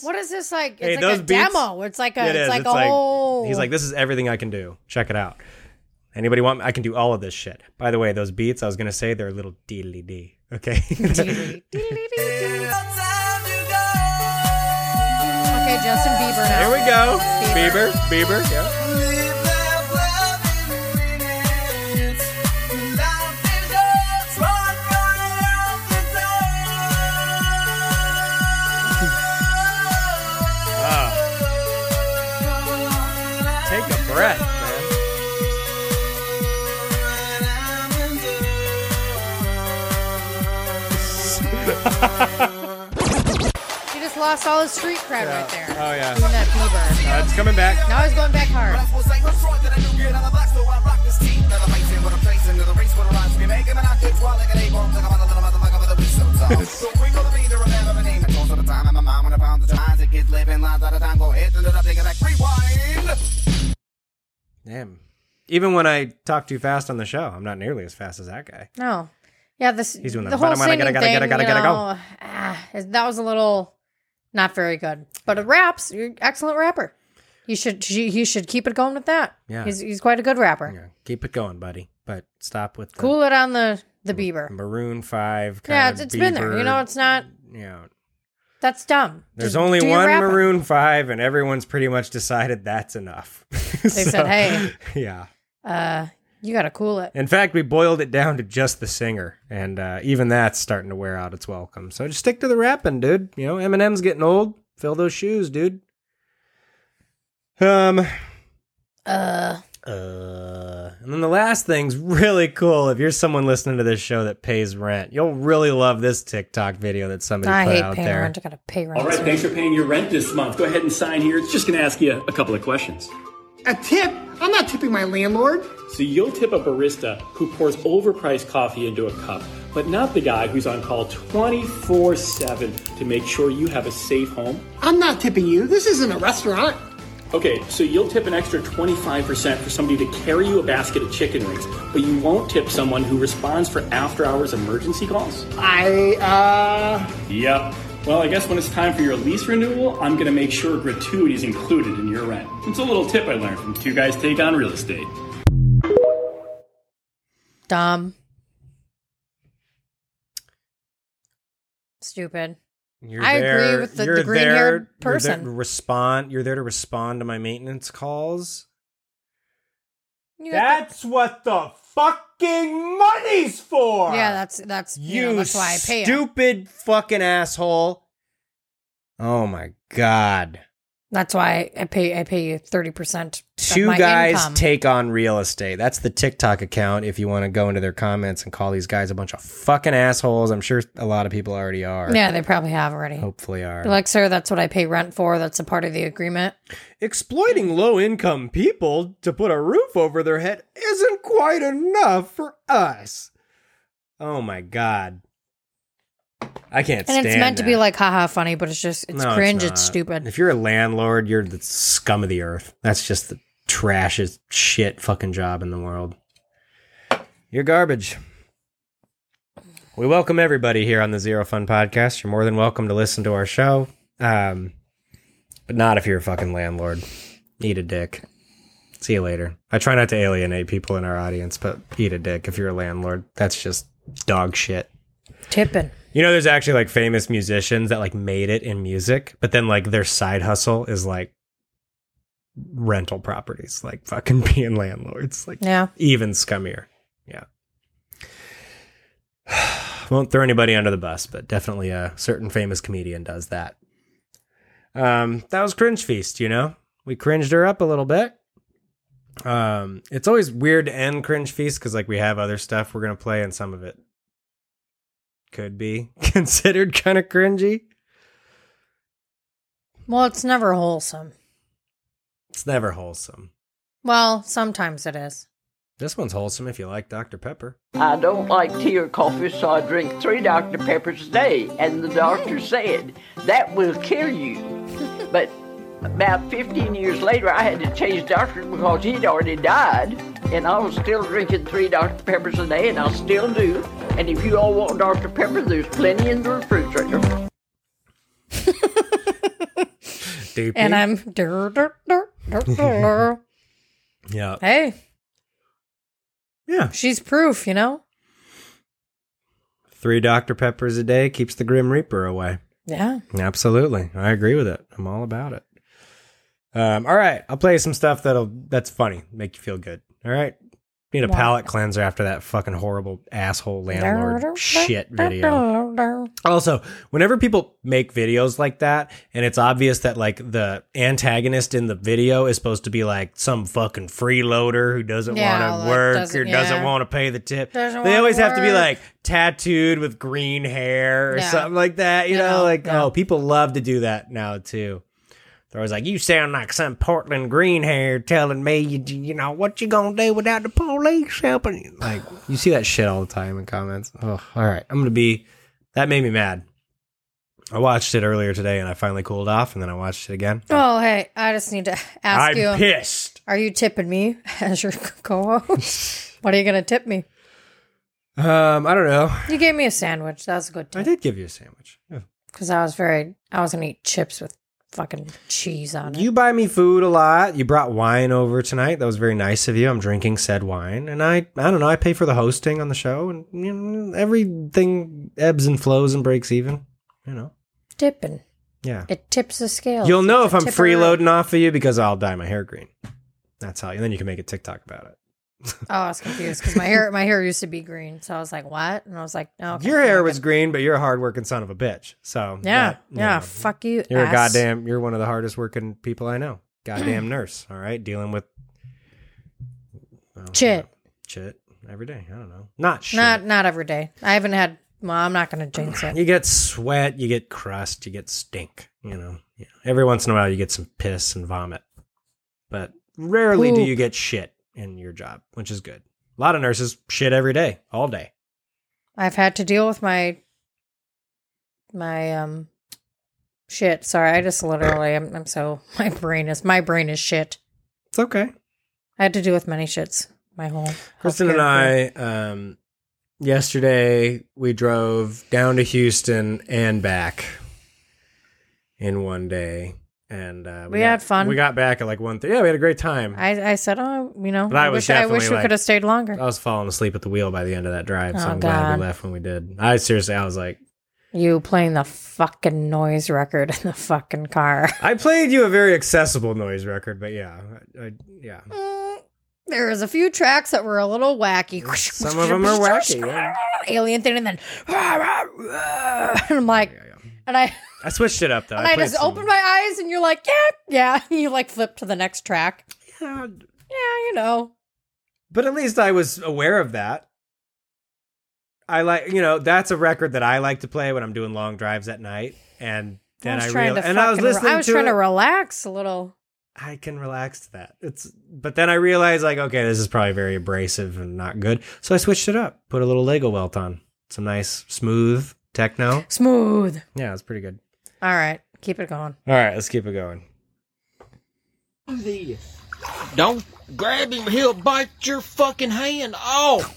[SPEAKER 2] What is this like? It's
[SPEAKER 1] Hey,
[SPEAKER 2] like
[SPEAKER 1] those
[SPEAKER 2] a
[SPEAKER 1] beats-
[SPEAKER 2] demo. It's like a.
[SPEAKER 1] It
[SPEAKER 2] it's
[SPEAKER 1] is.
[SPEAKER 2] like a whole.
[SPEAKER 1] He's like, this is everything I can do. Check it out. Anybody want? I can do all of this shit. By the way, those beats I was gonna say they're a little deedly d. Okay.
[SPEAKER 2] Okay, Justin Bieber. Now.
[SPEAKER 1] Here we go. Bieber. Bieber. Yeah. Wow. Ah, Take a breath, man.
[SPEAKER 2] He just lost all his street cred right there.
[SPEAKER 1] Oh yeah.
[SPEAKER 2] From that Bieber.
[SPEAKER 1] Uh, it's coming back.
[SPEAKER 2] Now he's going back hard.
[SPEAKER 22] So we gonna be the remember name. I told her the time and my mom when I found the times it gets living lines out of time. Go ahead and it up, they get like rewind.
[SPEAKER 1] Damn. Even when I talk too fast on the show, I'm not nearly as fast as that guy.
[SPEAKER 2] No. Yeah, this
[SPEAKER 1] He's doing
[SPEAKER 2] the
[SPEAKER 1] that,
[SPEAKER 2] whole
[SPEAKER 1] "Bada, bada,
[SPEAKER 2] singing
[SPEAKER 1] gotta, gotta,
[SPEAKER 2] thing.
[SPEAKER 1] gotta, gotta,
[SPEAKER 2] you know,
[SPEAKER 1] gotta go."
[SPEAKER 2] ah, is- that was a little not very good. But it raps. You're an excellent rapper. You should you you should keep it going with that.
[SPEAKER 1] Yeah.
[SPEAKER 2] he's he's quite a good rapper.
[SPEAKER 1] Keep it going, buddy. But stop with the
[SPEAKER 2] Cool it on the the Bieber.
[SPEAKER 1] Maroon Five. Kind
[SPEAKER 2] Yeah,
[SPEAKER 1] of
[SPEAKER 2] it's, it's been there. You know, it's not.
[SPEAKER 1] Yeah.
[SPEAKER 2] That's dumb.
[SPEAKER 1] There's
[SPEAKER 2] Just
[SPEAKER 1] only
[SPEAKER 2] do your
[SPEAKER 1] one
[SPEAKER 2] rapping.
[SPEAKER 1] Maroon Five, and everyone's pretty much decided that's enough.
[SPEAKER 2] They said, "Hey,
[SPEAKER 1] yeah.
[SPEAKER 2] uh, you gotta cool it."
[SPEAKER 1] In fact, we boiled it down to just the singer, and uh, even that's starting to wear out its welcome. So just stick to the rapping, dude. You know, Eminem's getting old. Fill those shoes, dude. Um,
[SPEAKER 2] Uh,
[SPEAKER 1] uh, and then the last thing's really cool. If you're someone listening to this show that pays rent, you'll really love this TikTok video that somebody
[SPEAKER 2] I
[SPEAKER 1] put
[SPEAKER 2] hate
[SPEAKER 1] out
[SPEAKER 2] paying
[SPEAKER 1] there.
[SPEAKER 2] rent. I gotta pay rent.
[SPEAKER 23] All right, thanks for paying your rent this month. Go ahead and sign here. It's just going to ask you a couple of questions.
[SPEAKER 24] A tip? I'm not tipping my landlord.
[SPEAKER 23] So you'll tip a barista who pours overpriced coffee into a cup, but not the guy who's on call 24 7 to make sure you have a safe home.
[SPEAKER 24] I'm not tipping you. This isn't a restaurant.
[SPEAKER 23] Okay, so you'll tip an extra 25% for somebody to carry you a basket of chicken wings, but you won't tip someone who responds for after hours emergency calls?
[SPEAKER 24] I, uh.
[SPEAKER 23] Yep. Well, I guess when it's time for your lease renewal, I'm going to make sure gratuity is included in your rent. It's a little tip I learned from Two Guys Take on Real Estate.
[SPEAKER 2] Dumb. Stupid.
[SPEAKER 1] You're
[SPEAKER 2] I
[SPEAKER 1] there-
[SPEAKER 2] agree with the,
[SPEAKER 1] you're
[SPEAKER 2] the green haired
[SPEAKER 1] there- you're there
[SPEAKER 2] person.
[SPEAKER 1] to respond. You're there to respond to my maintenance calls. That's what the fucking money's for.
[SPEAKER 2] Yeah, that's that's you. know,
[SPEAKER 1] You
[SPEAKER 2] that's why I pay him.
[SPEAKER 1] stupid fucking asshole. Oh my god.
[SPEAKER 2] That's why I pay I pay you thirty percent.
[SPEAKER 1] Two
[SPEAKER 2] my
[SPEAKER 1] guys
[SPEAKER 2] income.
[SPEAKER 1] take on real estate. That's the TikTok account. If you want to go into their comments and call these guys a bunch of fucking assholes, I'm sure a lot of people already are.
[SPEAKER 2] Yeah, they probably have already.
[SPEAKER 1] hopefully are.
[SPEAKER 2] They're Like, sir, that's what I pay rent for. That's a part of the agreement.
[SPEAKER 1] Exploiting low income people to put a roof over their head isn't quite enough for us. Oh my god. I can't
[SPEAKER 2] and
[SPEAKER 1] stand
[SPEAKER 2] it's meant to be
[SPEAKER 1] that.
[SPEAKER 2] like haha funny, but it's just it's
[SPEAKER 1] No,
[SPEAKER 2] cringe, it's,
[SPEAKER 1] not.
[SPEAKER 2] stupid.
[SPEAKER 1] If you're a landlord, you're the scum of the earth. That's just the trashest shit fucking job in the world. You're garbage. We welcome everybody here on the Zero Fun Podcast. You're more than welcome to listen to our show, um, but not if you're a fucking landlord. Eat a dick. See you later. I try not to alienate people in our audience, but eat a dick if you're a landlord. That's just dog shit.
[SPEAKER 2] Tipping.
[SPEAKER 1] You know, there's actually like famous musicians that like made it in music, but then like their side hustle is like rental properties, like fucking being landlords, like
[SPEAKER 2] Yeah.
[SPEAKER 1] even scummier. Yeah. Won't throw anybody under the bus, but definitely a certain famous comedian does that. Um, that was Cringe Feast, you know? We cringed her up a little bit. Um, it's always weird to end cringe feast because like we have other stuff we're gonna play, and some of it could be considered kind of cringy.
[SPEAKER 2] Well, it's never wholesome.
[SPEAKER 1] It's never wholesome.
[SPEAKER 2] Well, sometimes it is.
[SPEAKER 1] This one's wholesome if you like Dr. Pepper.
[SPEAKER 4] I don't like tea or coffee, so I drink three Dr. Peppers a day. And the doctor said, that will kill you. But about 15 years later, I had to change doctors because he'd already died. And I was still drinking three Dr. Peppers a day, and I still do. And if you all want Dr. Pepper, there's plenty in the refrigerator.
[SPEAKER 1] Doopey.
[SPEAKER 2] And I'm. dur- dur- dur- dur- dur.
[SPEAKER 1] yeah.
[SPEAKER 2] hey.
[SPEAKER 1] Yeah.
[SPEAKER 2] She's proof, you know?
[SPEAKER 1] Three Dr. Peppers a day keeps the Grim Reaper away.
[SPEAKER 2] Yeah.
[SPEAKER 1] Absolutely. I agree with it. I'm all about it. Um, all right. I'll play you some stuff that'll that's funny, make you feel good. All right. Need a
[SPEAKER 2] Wow.
[SPEAKER 1] palate cleanser after that fucking horrible asshole landlord shit video.
[SPEAKER 2] video.
[SPEAKER 1] Also, whenever people make videos like that, and it's obvious that like the antagonist in the video is supposed to be like some fucking freeloader who doesn't
[SPEAKER 5] Yeah,
[SPEAKER 1] want
[SPEAKER 5] like,
[SPEAKER 1] to work
[SPEAKER 5] doesn't-
[SPEAKER 1] or doesn't
[SPEAKER 5] yeah.
[SPEAKER 1] want to pay the tip.
[SPEAKER 5] Doesn't
[SPEAKER 1] they
[SPEAKER 5] wanna
[SPEAKER 1] always have to be
[SPEAKER 5] work.
[SPEAKER 1] like tattooed with green hair or
[SPEAKER 5] Yeah.
[SPEAKER 1] something like that. You know, like oh, people love to do that now too. They're always like, "You sound like some Portland green hair telling me you you know what you gonna do without the police helping you." Like you see that shit all the time in comments. Oh, all right, I'm gonna be. That made me mad. I watched it earlier today and I finally cooled off, and then I watched it again.
[SPEAKER 2] Oh, hey, I just need to ask
[SPEAKER 1] I'm
[SPEAKER 2] you.
[SPEAKER 1] pissed.
[SPEAKER 2] Are you tipping me as your co host? what are you going to tip me?
[SPEAKER 1] Um, I don't know.
[SPEAKER 2] You gave me a sandwich. That was a good
[SPEAKER 1] I
[SPEAKER 2] tip.
[SPEAKER 1] did give you a sandwich. Yeah.
[SPEAKER 2] Because I was very, I was going to eat chips with fucking cheese on it.
[SPEAKER 1] You buy me food a lot. You brought wine over tonight. That was very nice of you. I'm drinking said wine, and I I don't know. I pay for the hosting on the show, and you know, everything ebbs and flows and breaks even. You know,
[SPEAKER 2] Tipping.
[SPEAKER 1] yeah.
[SPEAKER 2] It tips the scale.
[SPEAKER 1] You'll know if I'm
[SPEAKER 2] Tipper.
[SPEAKER 1] freeloading off of you because I'll dye my hair green. That's how. And then you can make a TikTok about it.
[SPEAKER 2] Oh, I was confused because my hair, my hair used to be green. So I was like, what? And I was like, no. okay.
[SPEAKER 1] Your hair was green, but you're a hardworking son of a bitch. So
[SPEAKER 2] Yeah.
[SPEAKER 1] that, you
[SPEAKER 2] yeah.
[SPEAKER 1] know.
[SPEAKER 2] Fuck you.
[SPEAKER 1] You're
[SPEAKER 2] ass.
[SPEAKER 1] a goddamn. You're one of the hardest working people I know. Goddamn nurse. All right, dealing with well,
[SPEAKER 2] Chit.
[SPEAKER 1] shit every day. I don't know. Not shit.
[SPEAKER 2] Not, not every day. I haven't had, well, I'm not going to jinx it.
[SPEAKER 1] you get sweat. You get crust. You get stink. You know. Yeah. Every once in a while, you get some piss and vomit, but rarely do
[SPEAKER 5] Poop.
[SPEAKER 1] you get shit in your job, which is good. A lot of nurses shit every day, all day.
[SPEAKER 2] I've had to deal with my my um shit. Sorry, I just literally I'm, I'm so my brain is my brain is shit.
[SPEAKER 1] It's okay.
[SPEAKER 2] I had to deal with many shits my whole
[SPEAKER 1] Kristen and I, um, yesterday we drove down to Houston and back in one day, and uh,
[SPEAKER 2] We
[SPEAKER 1] got-
[SPEAKER 2] had fun.
[SPEAKER 1] We got back at like one. Th- yeah, we had a great time.
[SPEAKER 2] I I said, "Oh, you know,
[SPEAKER 1] But I
[SPEAKER 2] I,
[SPEAKER 1] was
[SPEAKER 2] wish I wish
[SPEAKER 1] definitely
[SPEAKER 2] we could
[SPEAKER 1] like- Oh.
[SPEAKER 2] have stayed longer."
[SPEAKER 1] I was falling asleep at the wheel by the end of that drive, so
[SPEAKER 2] Oh,
[SPEAKER 1] I'm glad
[SPEAKER 2] God.
[SPEAKER 1] we left when we did. I seriously, I was like,
[SPEAKER 2] You playing the fucking noise record in the fucking car.
[SPEAKER 1] I played you a very accessible noise record, but yeah, I, I, yeah,
[SPEAKER 2] Eh, There was a few tracks that were a little wacky.
[SPEAKER 1] some of them are wacky. yeah.
[SPEAKER 2] Alien thing and then and I'm like and I
[SPEAKER 1] I switched it up though.
[SPEAKER 2] and I,
[SPEAKER 1] played
[SPEAKER 2] just
[SPEAKER 1] some-
[SPEAKER 2] opened my eyes and you're like, yeah, yeah. And you like flip to the next track.
[SPEAKER 1] Yeah,
[SPEAKER 2] you know.
[SPEAKER 1] But at least I was aware of that. I like, you know, that's a record that I like to play when I'm doing long drives at night, and then I,
[SPEAKER 2] was trying
[SPEAKER 1] real-
[SPEAKER 2] to
[SPEAKER 1] and I was
[SPEAKER 2] fucking re-
[SPEAKER 1] listening
[SPEAKER 2] I was
[SPEAKER 1] to
[SPEAKER 2] trying
[SPEAKER 1] it.
[SPEAKER 2] to relax a little.
[SPEAKER 1] I can relax to that. It's but then I realized like, okay, this is probably very abrasive and not good, so I switched it up. Put a little Lego welt on, some nice smooth techno.
[SPEAKER 2] Smooth.
[SPEAKER 1] Yeah, it's pretty good.
[SPEAKER 2] All right, keep it going.
[SPEAKER 1] All right, let's keep it going.
[SPEAKER 6] Don't grab him, he'll bite your fucking hand off.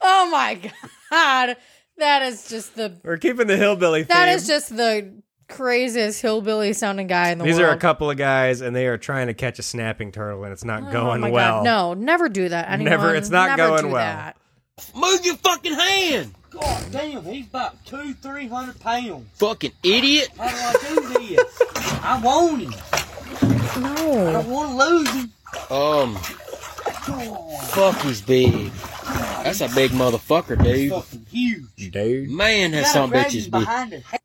[SPEAKER 2] Oh my god, that is just the
[SPEAKER 1] We're keeping the hillbilly.
[SPEAKER 2] that
[SPEAKER 1] theme.
[SPEAKER 2] is just the craziest hillbilly sounding guy in the
[SPEAKER 1] These
[SPEAKER 2] world.
[SPEAKER 1] are a couple of guys, and they are trying to catch a snapping turtle, and it's not
[SPEAKER 2] oh
[SPEAKER 1] going
[SPEAKER 2] my
[SPEAKER 1] well.
[SPEAKER 2] God, no, never do that. Anyone,
[SPEAKER 1] Never- it's not
[SPEAKER 2] never
[SPEAKER 1] going
[SPEAKER 2] do
[SPEAKER 1] well.
[SPEAKER 2] that.
[SPEAKER 6] Move your fucking hand.
[SPEAKER 7] God damn, he's about two, three hundred pounds.
[SPEAKER 6] Fucking idiot.
[SPEAKER 7] How do I do this? I want him. I don't
[SPEAKER 2] No.
[SPEAKER 7] want to lose him.
[SPEAKER 6] Um, fuck, he's big. That's a big motherfucker, dude.
[SPEAKER 7] Huge.
[SPEAKER 1] Dude.
[SPEAKER 6] Man, has some bitches big.
[SPEAKER 7] behind the head.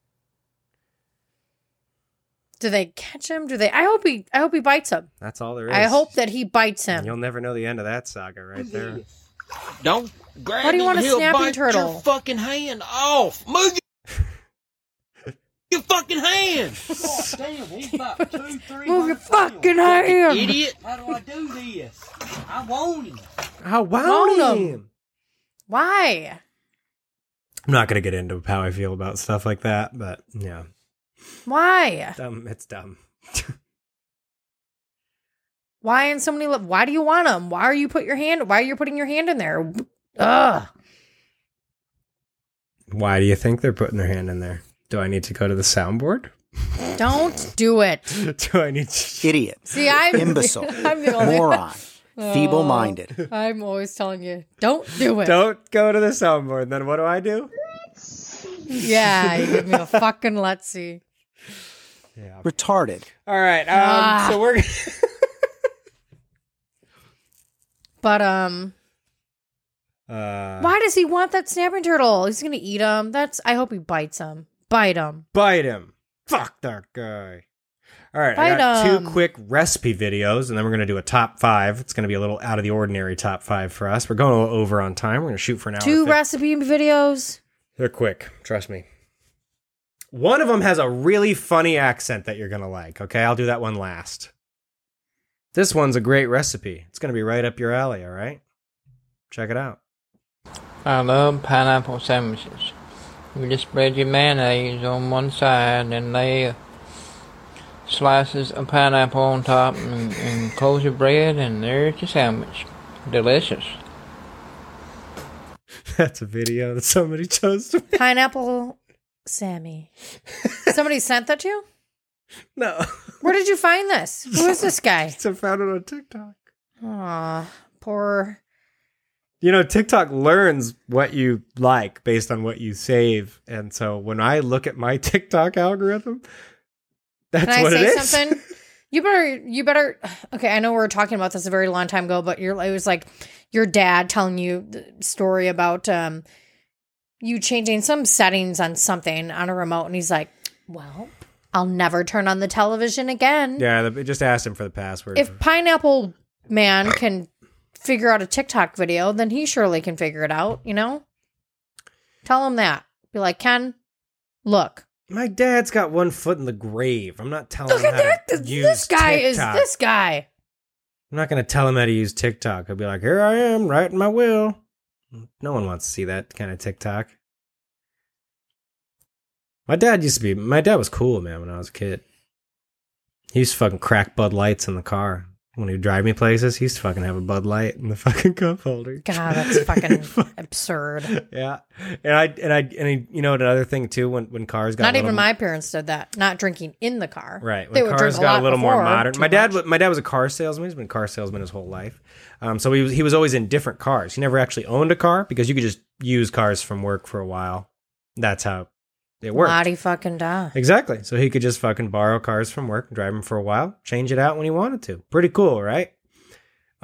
[SPEAKER 2] Do they catch him? Do they? I hope he. I hope he bites him.
[SPEAKER 1] That's all there is.
[SPEAKER 2] I hope that he bites him.
[SPEAKER 1] You'll never know the end of that saga right there.
[SPEAKER 6] Don't grab
[SPEAKER 2] Why do you
[SPEAKER 6] him,
[SPEAKER 2] want a
[SPEAKER 6] he'll
[SPEAKER 2] snapping
[SPEAKER 6] bite
[SPEAKER 2] turtle?
[SPEAKER 6] Your fucking hand off. Move your, your fucking hand.
[SPEAKER 7] Damn, he's about two, three.
[SPEAKER 2] Move your
[SPEAKER 7] hundred
[SPEAKER 2] fucking
[SPEAKER 7] pounds.
[SPEAKER 2] hand,
[SPEAKER 6] idiot.
[SPEAKER 7] How do I do this? I want him.
[SPEAKER 1] I
[SPEAKER 2] Wound him. Why?
[SPEAKER 1] I'm not gonna get into how I feel about stuff like that, but yeah,
[SPEAKER 2] Why?
[SPEAKER 1] dumb. It's dumb.
[SPEAKER 2] Why in so many? Li- why do you want him? Why are you put your hand? Why are you putting your hand in there? Ugh.
[SPEAKER 1] Why do you think they're putting their hand in there? Do I need to go to the soundboard?
[SPEAKER 2] Don't do it.
[SPEAKER 1] do I need to...
[SPEAKER 3] idiot?
[SPEAKER 2] See, I'm
[SPEAKER 3] Imbecile.
[SPEAKER 2] I'm the only
[SPEAKER 3] Moron.
[SPEAKER 2] Oh,
[SPEAKER 3] Feeble-minded.
[SPEAKER 2] I'm always telling you, don't do it.
[SPEAKER 1] Don't go to the soundboard. Then what do I do?
[SPEAKER 2] Yeah, you give me a fucking let's see.
[SPEAKER 3] Retarded.
[SPEAKER 1] All right. Um,
[SPEAKER 2] Ah.
[SPEAKER 1] So we're.
[SPEAKER 2] But um,
[SPEAKER 1] Uh,
[SPEAKER 2] why does he want that snapping turtle? He's gonna eat him. That's. I hope he bites him. Bite him.
[SPEAKER 1] Bite him. Fuck that guy. All right, I
[SPEAKER 2] Bite
[SPEAKER 1] got
[SPEAKER 2] him.
[SPEAKER 1] two quick recipe videos, and then we're gonna do a top five. It's gonna be a little out of the ordinary top five for us. We're going a little over on time. We're gonna shoot for an hour.
[SPEAKER 2] Two
[SPEAKER 1] fifty.
[SPEAKER 2] recipe videos.
[SPEAKER 1] They're quick. Trust me. One of them has a really funny accent that you're gonna like. Okay, I'll do that one last. This one's a great recipe. It's gonna be right up your alley. All right, check it out.
[SPEAKER 8] I love pineapple sandwiches. You just spread your mayonnaise on one side and lay slices of pineapple on top and, and close your bread and there's your sandwich. Delicious.
[SPEAKER 1] That's a video that somebody chose to.
[SPEAKER 2] Pineapple Sammy. Somebody sent that to you?
[SPEAKER 1] No.
[SPEAKER 2] Where did you find this? Who is this guy?
[SPEAKER 1] I found it on TikTok.
[SPEAKER 2] Aw, poor.
[SPEAKER 1] You know, TikTok learns what you like based on what you save, and so when I look at my TikTok algorithm, that's
[SPEAKER 2] Can I
[SPEAKER 1] what
[SPEAKER 2] say
[SPEAKER 1] it is.
[SPEAKER 2] something? You better, you better. Okay, I know we were talking about this a very long time ago, but you're, it was like your dad telling you the story about um, you changing some settings on something on a remote, and he's like, "Well, I'll never turn on the television again."
[SPEAKER 1] Yeah, the- just ask him for the password.
[SPEAKER 2] If Pineapple Man can figure out a TikTok video, then he surely can figure it out, you know? Tell him that. Be like, Ken, look.
[SPEAKER 1] my dad's got one foot in the grave. I'm not telling him how to use
[SPEAKER 2] This guy
[SPEAKER 1] TikTok.
[SPEAKER 2] is this guy.
[SPEAKER 1] I'm not going to tell him how to use TikTok. I'll be like, here I am, writing my will. No one wants to see that kind of TikTok. My dad used to be, my dad was cool, man, when I was a kid. He used to fucking crack Bud Lights in the car. When he would drive me places, he used to fucking have a Bud Light in the fucking cup holder.
[SPEAKER 2] God, that's fucking absurd.
[SPEAKER 1] Yeah. And I, and I, and I, you know, another thing too, when, when cars got a
[SPEAKER 2] Not
[SPEAKER 1] little
[SPEAKER 2] even my parents did that. Not drinking in the car.
[SPEAKER 1] Right. When
[SPEAKER 2] They would
[SPEAKER 1] cars
[SPEAKER 2] drink a
[SPEAKER 1] got
[SPEAKER 2] lot
[SPEAKER 1] a little more
[SPEAKER 2] before,
[SPEAKER 1] modern.
[SPEAKER 2] too
[SPEAKER 1] My dad, wa- my dad was a car salesman. He's been a car salesman his whole life. Um, so he was, he was always in different cars. He never actually owned a car because you could just use cars from work for a while. That's how it worked.
[SPEAKER 2] Lottie fucking die.
[SPEAKER 1] Exactly. So he could just fucking borrow cars from work and drive them for a while, change it out when he wanted to. Pretty cool, right?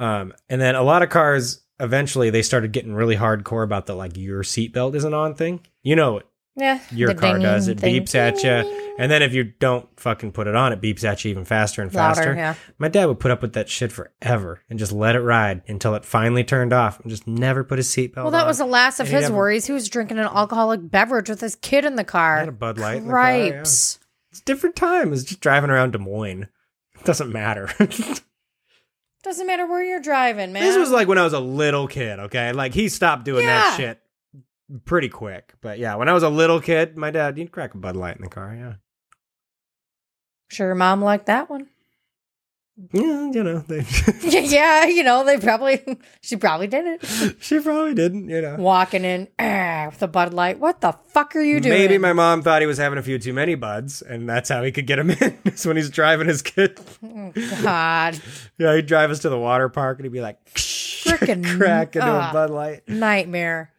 [SPEAKER 1] Um, and then a lot of cars eventually they started getting really hardcore about the like your seatbelt isn't on thing. You know it
[SPEAKER 2] Yeah.
[SPEAKER 1] your
[SPEAKER 2] the
[SPEAKER 1] car does. It
[SPEAKER 2] dinging thing.
[SPEAKER 1] beeps at you, and then if you don't fucking put it on, it beeps at you even faster and
[SPEAKER 2] Louder,
[SPEAKER 1] faster.
[SPEAKER 2] yeah.
[SPEAKER 1] My dad would put up with that shit forever and just let it ride until it finally turned off and just never put his seatbelt.
[SPEAKER 2] Well, that
[SPEAKER 1] on.
[SPEAKER 2] was the last of
[SPEAKER 1] And he
[SPEAKER 2] his
[SPEAKER 1] never-
[SPEAKER 2] worries. He was drinking an alcoholic beverage with his kid in the car.
[SPEAKER 1] had a Bud Light in the car, yeah.
[SPEAKER 2] Cripes.
[SPEAKER 1] It's a different time. It's just driving around Des Moines. It doesn't matter.
[SPEAKER 2] Doesn't matter where you're driving, man.
[SPEAKER 1] This was like when I was a little kid, okay? Like he stopped doing that
[SPEAKER 2] Yeah.
[SPEAKER 1] shit pretty quick. But yeah, when I was a little kid, my dad, he'd crack a Bud Light in the car, yeah.
[SPEAKER 2] Sure, your mom liked that one.
[SPEAKER 1] Yeah, you know, they,
[SPEAKER 2] yeah, you know, they probably, she probably did it.
[SPEAKER 1] she probably didn't, you know.
[SPEAKER 2] Walking in ah, with a Bud Light. What the fuck are you doing?
[SPEAKER 1] Maybe my mom thought he was having a few too many buds, and that's how he could get him in. is when he's driving his kid.
[SPEAKER 2] Oh, God.
[SPEAKER 1] Yeah, he'd drive us to the water park, and he'd be like,
[SPEAKER 2] Freaking
[SPEAKER 1] Crack into a
[SPEAKER 2] ah,
[SPEAKER 1] Bud Light.
[SPEAKER 2] Nightmare.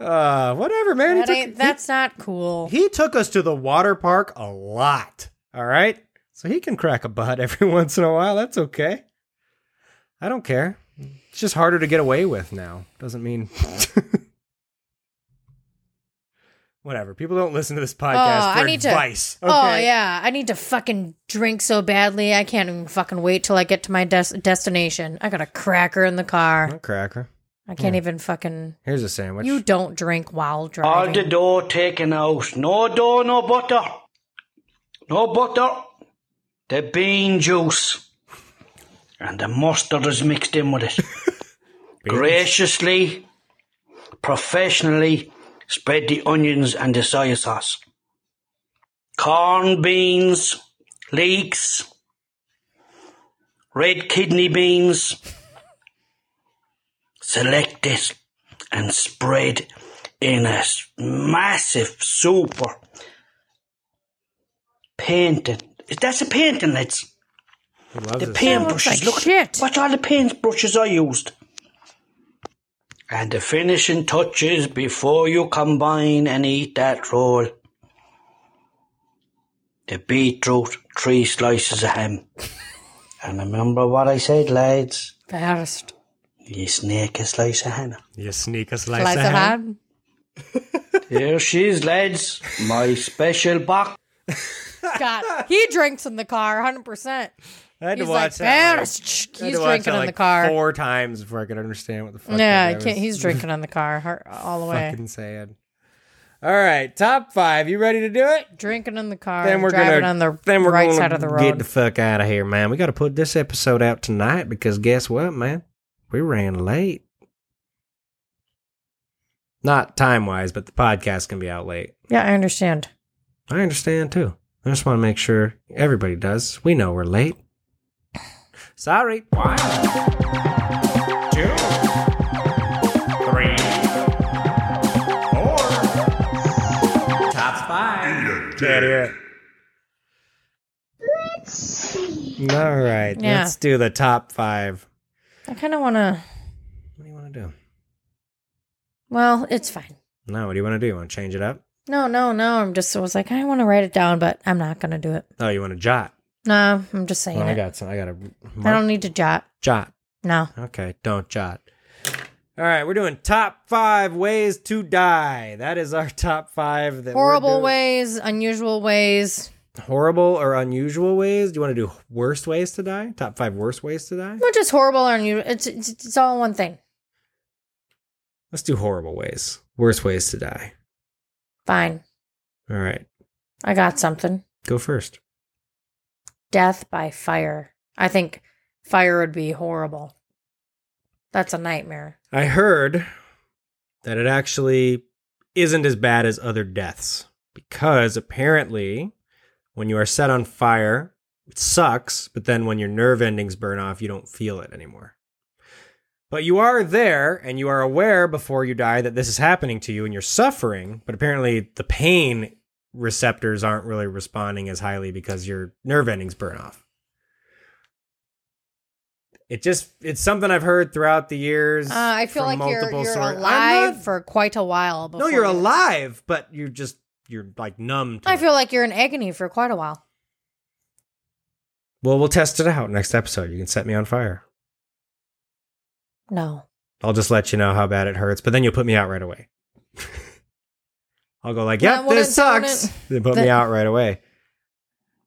[SPEAKER 1] uh, whatever, man. He
[SPEAKER 2] That
[SPEAKER 1] took-
[SPEAKER 2] ain't- that's not cool.
[SPEAKER 1] He took us to the water park a lot. All right. So he can crack a butt every once in a while. That's okay. I don't care. It's just harder to get away with now. Doesn't mean. Whatever. People don't listen to this podcast
[SPEAKER 2] oh,
[SPEAKER 1] for
[SPEAKER 2] I need
[SPEAKER 1] advice.
[SPEAKER 2] to. Oh yeah, I need to fucking drink so badly. I can't even fucking wait till I get to my des- destination. I got a cracker in the car.
[SPEAKER 1] Cracker.
[SPEAKER 2] I can't
[SPEAKER 1] Yeah.
[SPEAKER 2] even fucking.
[SPEAKER 1] Here's a sandwich.
[SPEAKER 2] You don't drink while
[SPEAKER 6] All
[SPEAKER 2] driving.
[SPEAKER 6] the dough taken out. No dough, no butter. No butter. The bean juice. And the mustard is mixed in with it. Graciously, professionally, spread the onions and the soy sauce. Corn beans, leeks, red kidney beans. Select this and spread in a s- massive super painting. That's a painting, lads. The paint brushes. Look, watch all the paint brushes I used. And the finishing touches before you combine and eat that roll. The beetroot, three slices of ham. and remember what I said, lads.
[SPEAKER 2] First,
[SPEAKER 6] You sneak a slice of ham.
[SPEAKER 1] You sneak a
[SPEAKER 2] slice of ham.
[SPEAKER 6] Here she is, lads. My special box.
[SPEAKER 2] God, he drinks in the car, hundred percent.
[SPEAKER 1] I had
[SPEAKER 2] He's
[SPEAKER 1] to watch
[SPEAKER 2] like,
[SPEAKER 1] that. like-
[SPEAKER 2] "First,"
[SPEAKER 1] I had
[SPEAKER 2] he's
[SPEAKER 1] to watch
[SPEAKER 2] drinking
[SPEAKER 1] that
[SPEAKER 2] in the
[SPEAKER 1] like
[SPEAKER 2] car.
[SPEAKER 1] four times before I could understand what the fuck.
[SPEAKER 2] yeah,
[SPEAKER 1] that
[SPEAKER 2] I
[SPEAKER 1] guy
[SPEAKER 2] can't,
[SPEAKER 1] was
[SPEAKER 2] he's drinking in the car har- all the way.
[SPEAKER 1] Fucking sad. All right, top five. You ready to do it?
[SPEAKER 2] Drinking in the car.
[SPEAKER 1] then we're
[SPEAKER 2] driving
[SPEAKER 1] gonna
[SPEAKER 2] on the
[SPEAKER 1] then we're
[SPEAKER 2] right
[SPEAKER 1] gonna
[SPEAKER 2] side of the
[SPEAKER 1] Get
[SPEAKER 2] road.
[SPEAKER 1] the fuck out of here, man. We got to put this episode out tonight because guess what, man? We ran late. Not time wise, but the podcast can be out late.
[SPEAKER 2] yeah, I understand.
[SPEAKER 1] I understand too. I just want to make sure everybody does. We know we're late. Sorry. One, two, three, four. Top five. All right,
[SPEAKER 2] Yeah.
[SPEAKER 1] let's do the top five.
[SPEAKER 2] I kind of want to.
[SPEAKER 1] What do you want to do?
[SPEAKER 2] Well, it's fine.
[SPEAKER 1] No, what do you want to do? You want to change it up?
[SPEAKER 2] No, no, no. I'm just. I was like, I want to write it down, but I'm not gonna do it.
[SPEAKER 1] Oh, you want to jot?
[SPEAKER 2] No, I'm just saying
[SPEAKER 1] Well, I
[SPEAKER 2] it.
[SPEAKER 1] got some. I got a.
[SPEAKER 2] I don't need to jot.
[SPEAKER 1] jot.
[SPEAKER 2] No.
[SPEAKER 1] Okay, don't jot. All right, we're doing top five ways to die. That is our top five. That we're
[SPEAKER 2] Horrible
[SPEAKER 1] doing.
[SPEAKER 2] ways, unusual ways.
[SPEAKER 1] horrible or unusual ways. Do you want to do worst ways to die? Top five worst ways to die.
[SPEAKER 2] Not just horrible or unusual. It's it's, it's all one thing.
[SPEAKER 1] Let's do horrible ways. Worst ways to die.
[SPEAKER 2] Fine.
[SPEAKER 1] All right,
[SPEAKER 2] I got something.
[SPEAKER 1] go first.
[SPEAKER 2] Death by fire. I think fire would be horrible. That's a nightmare.
[SPEAKER 1] I heard that it actually isn't as bad as other deaths because apparently when you are set on fire, it sucks, but then when your nerve endings burn off, you don't feel it anymore. But you are there and you are aware before you die that this is happening to you and you're suffering, but apparently the pain receptors aren't really responding as highly because your nerve endings burn off it just it's something I've heard throughout the years.
[SPEAKER 2] Uh, I feel
[SPEAKER 1] from
[SPEAKER 2] like you're
[SPEAKER 1] multiple
[SPEAKER 2] you're
[SPEAKER 1] sources. I'm
[SPEAKER 2] alive
[SPEAKER 1] not-
[SPEAKER 2] for quite a while. Before
[SPEAKER 1] no, you're
[SPEAKER 2] you-
[SPEAKER 1] alive, but you're just you're like numb. To
[SPEAKER 2] I feel like you're in agony for quite a while.
[SPEAKER 1] well, we'll test it out next episode. You can set me on fire.
[SPEAKER 2] No.
[SPEAKER 1] I'll just let you know how bad it hurts, but then you'll put me out right away. I'll go like, "Yep,
[SPEAKER 2] That wouldn't-
[SPEAKER 1] this
[SPEAKER 2] that
[SPEAKER 1] sucks."
[SPEAKER 2] wouldn't-
[SPEAKER 1] Then put
[SPEAKER 2] that-
[SPEAKER 1] me out right away.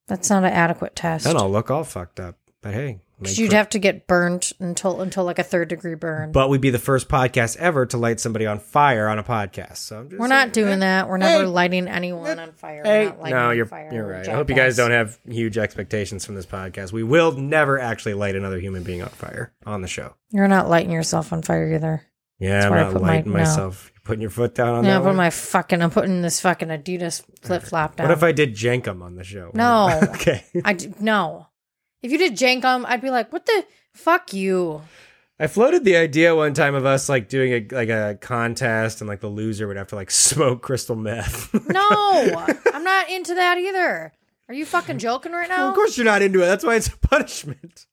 [SPEAKER 2] That's not an adequate test.
[SPEAKER 1] Then I'll look all fucked up. But hey, make
[SPEAKER 2] 'Cause you'd
[SPEAKER 1] for-
[SPEAKER 2] have to get burnt until until like a third degree burn.
[SPEAKER 1] But we'd be the first podcast ever to light somebody on fire on a podcast. So I'm just
[SPEAKER 2] We're not doing that. We're never lighting anyone on fire. We're not lighting
[SPEAKER 1] No,
[SPEAKER 2] on
[SPEAKER 1] you're
[SPEAKER 2] fire.
[SPEAKER 1] you're
[SPEAKER 2] We're
[SPEAKER 1] right. I hope you
[SPEAKER 2] jackass.
[SPEAKER 1] guys don't have huge expectations from this podcast. We will never actually light another human being on fire on the show.
[SPEAKER 2] You're not lighting yourself on fire either.
[SPEAKER 1] Yeah,
[SPEAKER 2] That's
[SPEAKER 1] I'm
[SPEAKER 2] why I
[SPEAKER 1] not
[SPEAKER 2] put my-
[SPEAKER 1] lighting
[SPEAKER 2] no.
[SPEAKER 1] myself. You're putting your foot down on
[SPEAKER 2] No,
[SPEAKER 1] that.
[SPEAKER 2] but
[SPEAKER 1] one?
[SPEAKER 2] my fucking, I'm putting this fucking Adidas flip flop down.
[SPEAKER 1] What if I did Jenkum on the show?
[SPEAKER 2] No.
[SPEAKER 1] okay.
[SPEAKER 2] I d- no. If you did Jankum, I'd be like, what the fuck you?
[SPEAKER 1] I floated the idea one time of us like doing a like a contest and like the loser would have to like smoke crystal meth.
[SPEAKER 2] No, I'm not into that either. Are you fucking joking right now?
[SPEAKER 1] of course you're not into it. That's why it's a punishment.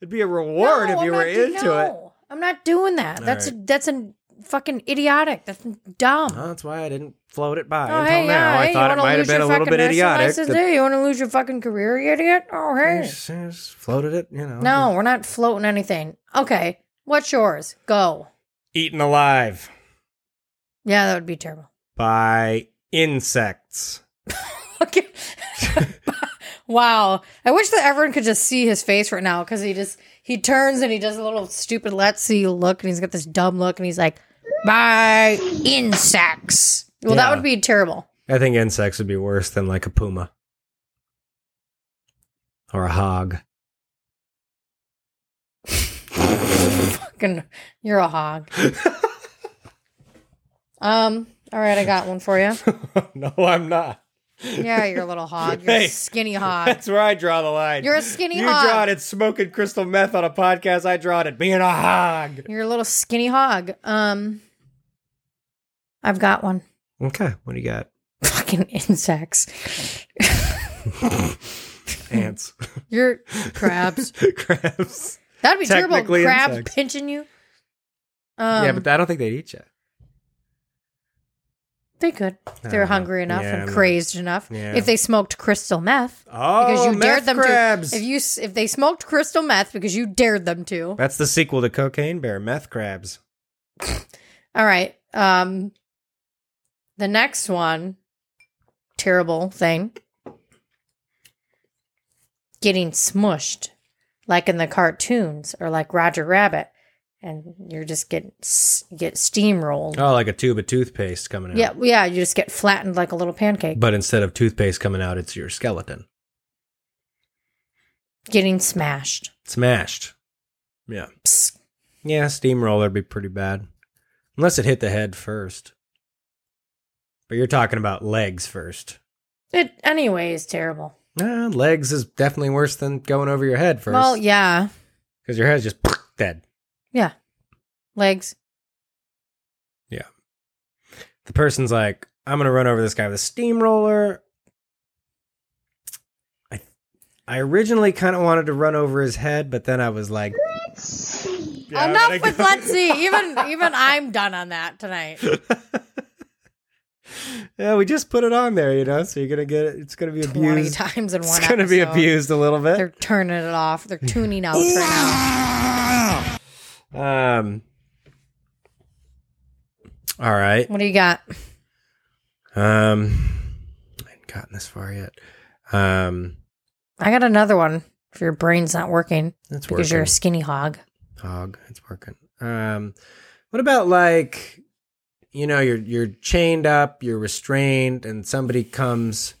[SPEAKER 1] It'd be a reward
[SPEAKER 2] No,
[SPEAKER 1] if
[SPEAKER 2] I'm
[SPEAKER 1] you
[SPEAKER 2] not
[SPEAKER 1] were
[SPEAKER 2] do-
[SPEAKER 1] into it.
[SPEAKER 2] no, I'm not doing that.
[SPEAKER 1] All
[SPEAKER 2] that's
[SPEAKER 1] right.
[SPEAKER 2] that's a fucking idiotic. That's dumb.
[SPEAKER 1] Well, that's why I didn't float it by
[SPEAKER 2] Oh,
[SPEAKER 1] until
[SPEAKER 2] hey,
[SPEAKER 1] now.
[SPEAKER 2] yeah,
[SPEAKER 1] I
[SPEAKER 2] hey,
[SPEAKER 1] thought
[SPEAKER 2] you
[SPEAKER 1] it
[SPEAKER 2] wanna
[SPEAKER 1] might have
[SPEAKER 2] lose
[SPEAKER 1] been
[SPEAKER 2] your
[SPEAKER 1] a little
[SPEAKER 2] fucking
[SPEAKER 1] bit
[SPEAKER 2] national
[SPEAKER 1] idiotic.
[SPEAKER 2] license
[SPEAKER 1] that-
[SPEAKER 2] day? You want to lose your fucking career, you idiot? Oh,
[SPEAKER 1] I
[SPEAKER 2] hey.
[SPEAKER 1] just- I just floated it, you know.
[SPEAKER 2] No, we're not floating anything. Okay, what's yours? Go.
[SPEAKER 1] Eaten alive.
[SPEAKER 2] Yeah, that would be terrible.
[SPEAKER 1] by insects.
[SPEAKER 2] Wow. I wish that everyone could just see his face right now because he just he turns and he does a little stupid let's see look and he's got this dumb look and he's like, by insects. Well, that
[SPEAKER 1] Yeah.
[SPEAKER 2] would be terrible.
[SPEAKER 1] I think insects would be worse than like a puma or a hog.
[SPEAKER 2] Fucking, you're a hog. um. All right, I got one for you.
[SPEAKER 1] no, I'm not.
[SPEAKER 2] Yeah, you're a little hog. You're
[SPEAKER 1] Hey.
[SPEAKER 2] a skinny hog.
[SPEAKER 1] That's where I draw the line.
[SPEAKER 2] You're a skinny
[SPEAKER 1] you
[SPEAKER 2] hog.
[SPEAKER 1] draw it at smoking crystal meth on a podcast. I draw it at being a hog.
[SPEAKER 2] You're a little skinny hog. Um. I've got one.
[SPEAKER 1] Okay, what do you got?
[SPEAKER 2] Fucking insects.
[SPEAKER 1] Ants.
[SPEAKER 2] You're crabs.
[SPEAKER 1] crabs.
[SPEAKER 2] That'd be terrible.
[SPEAKER 1] Technically
[SPEAKER 2] Crabs
[SPEAKER 1] insects.
[SPEAKER 2] pinching you. Um,
[SPEAKER 1] yeah, but I don't think they'd eat you.
[SPEAKER 2] They could. If they were
[SPEAKER 1] Uh,
[SPEAKER 2] hungry enough
[SPEAKER 1] yeah,
[SPEAKER 2] and
[SPEAKER 1] I'm-
[SPEAKER 2] crazed enough.
[SPEAKER 1] yeah.
[SPEAKER 2] If they smoked crystal meth.
[SPEAKER 1] Oh, meth crabs.
[SPEAKER 2] to. If you s- if they smoked crystal meth because you dared them to.
[SPEAKER 1] That's the sequel to Cocaine Bear, Meth Crabs.
[SPEAKER 2] All right. Um the next one terrible thing. Getting smushed like in the cartoons or like Roger Rabbit and you're just getting s- get steamrolled.
[SPEAKER 1] Oh, like a tube of toothpaste coming out.
[SPEAKER 2] yeah, yeah, you just get flattened like a little pancake.
[SPEAKER 1] But instead of toothpaste coming out, it's your skeleton
[SPEAKER 2] Getting smashed.
[SPEAKER 1] smashed. Yeah.
[SPEAKER 2] Psst.
[SPEAKER 1] Yeah, steamroller be pretty bad. Unless it hit the head first. But you're talking about legs first.
[SPEAKER 2] It anyway is terrible.
[SPEAKER 1] Nah, legs is definitely worse than going over your head first.
[SPEAKER 2] Well, yeah,
[SPEAKER 1] Because your head's just dead.
[SPEAKER 2] yeah. Legs.
[SPEAKER 1] Yeah. The person's like, I'm going to run over this guy with a steamroller. I, I originally kind of wanted to run over his head, but then I was like, Yeah,
[SPEAKER 2] Enough
[SPEAKER 1] but I
[SPEAKER 2] with
[SPEAKER 1] go-
[SPEAKER 2] let's see. Even even I'm done on that tonight.
[SPEAKER 1] yeah, we just put it on there, you know, so you're going to get it. It's going to be
[SPEAKER 2] Twenty
[SPEAKER 1] abused.
[SPEAKER 2] times in one.
[SPEAKER 1] It's going to be
[SPEAKER 2] episode.
[SPEAKER 1] abused a little bit.
[SPEAKER 2] They're turning it off. They're tuning out right
[SPEAKER 1] Um. All
[SPEAKER 2] now.
[SPEAKER 1] right.
[SPEAKER 2] What do you got?
[SPEAKER 1] Um. I haven't gotten this far yet. Um.
[SPEAKER 2] I got another one. If your brain's not working,
[SPEAKER 1] It's
[SPEAKER 2] because you're a
[SPEAKER 1] working.
[SPEAKER 2] skinny hog.
[SPEAKER 1] Hog. It's working. Um. What about like, you know, you're you're chained up, you're restrained, and somebody comes.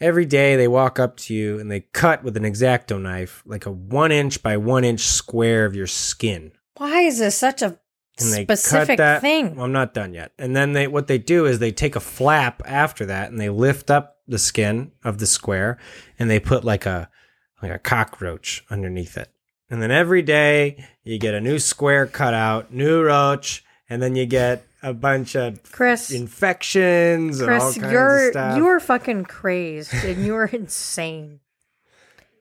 [SPEAKER 1] Every day they walk up to you and they cut with an exacto knife like a one inch by one inch square of your skin.
[SPEAKER 2] Why is this such a
[SPEAKER 1] and they
[SPEAKER 2] specific
[SPEAKER 1] cut that.
[SPEAKER 2] thing?
[SPEAKER 1] Well, I'm not done yet. And then they what they do is they take a flap after that and they lift up the skin of the square and they put like a like a cockroach underneath it. And then every day you get a new square cut out, new roach, and then you get a bunch of
[SPEAKER 2] Chris.
[SPEAKER 1] infections and all
[SPEAKER 2] Chris,
[SPEAKER 1] kinds
[SPEAKER 2] you're
[SPEAKER 1] of stuff.
[SPEAKER 2] you're fucking crazed and you're insane.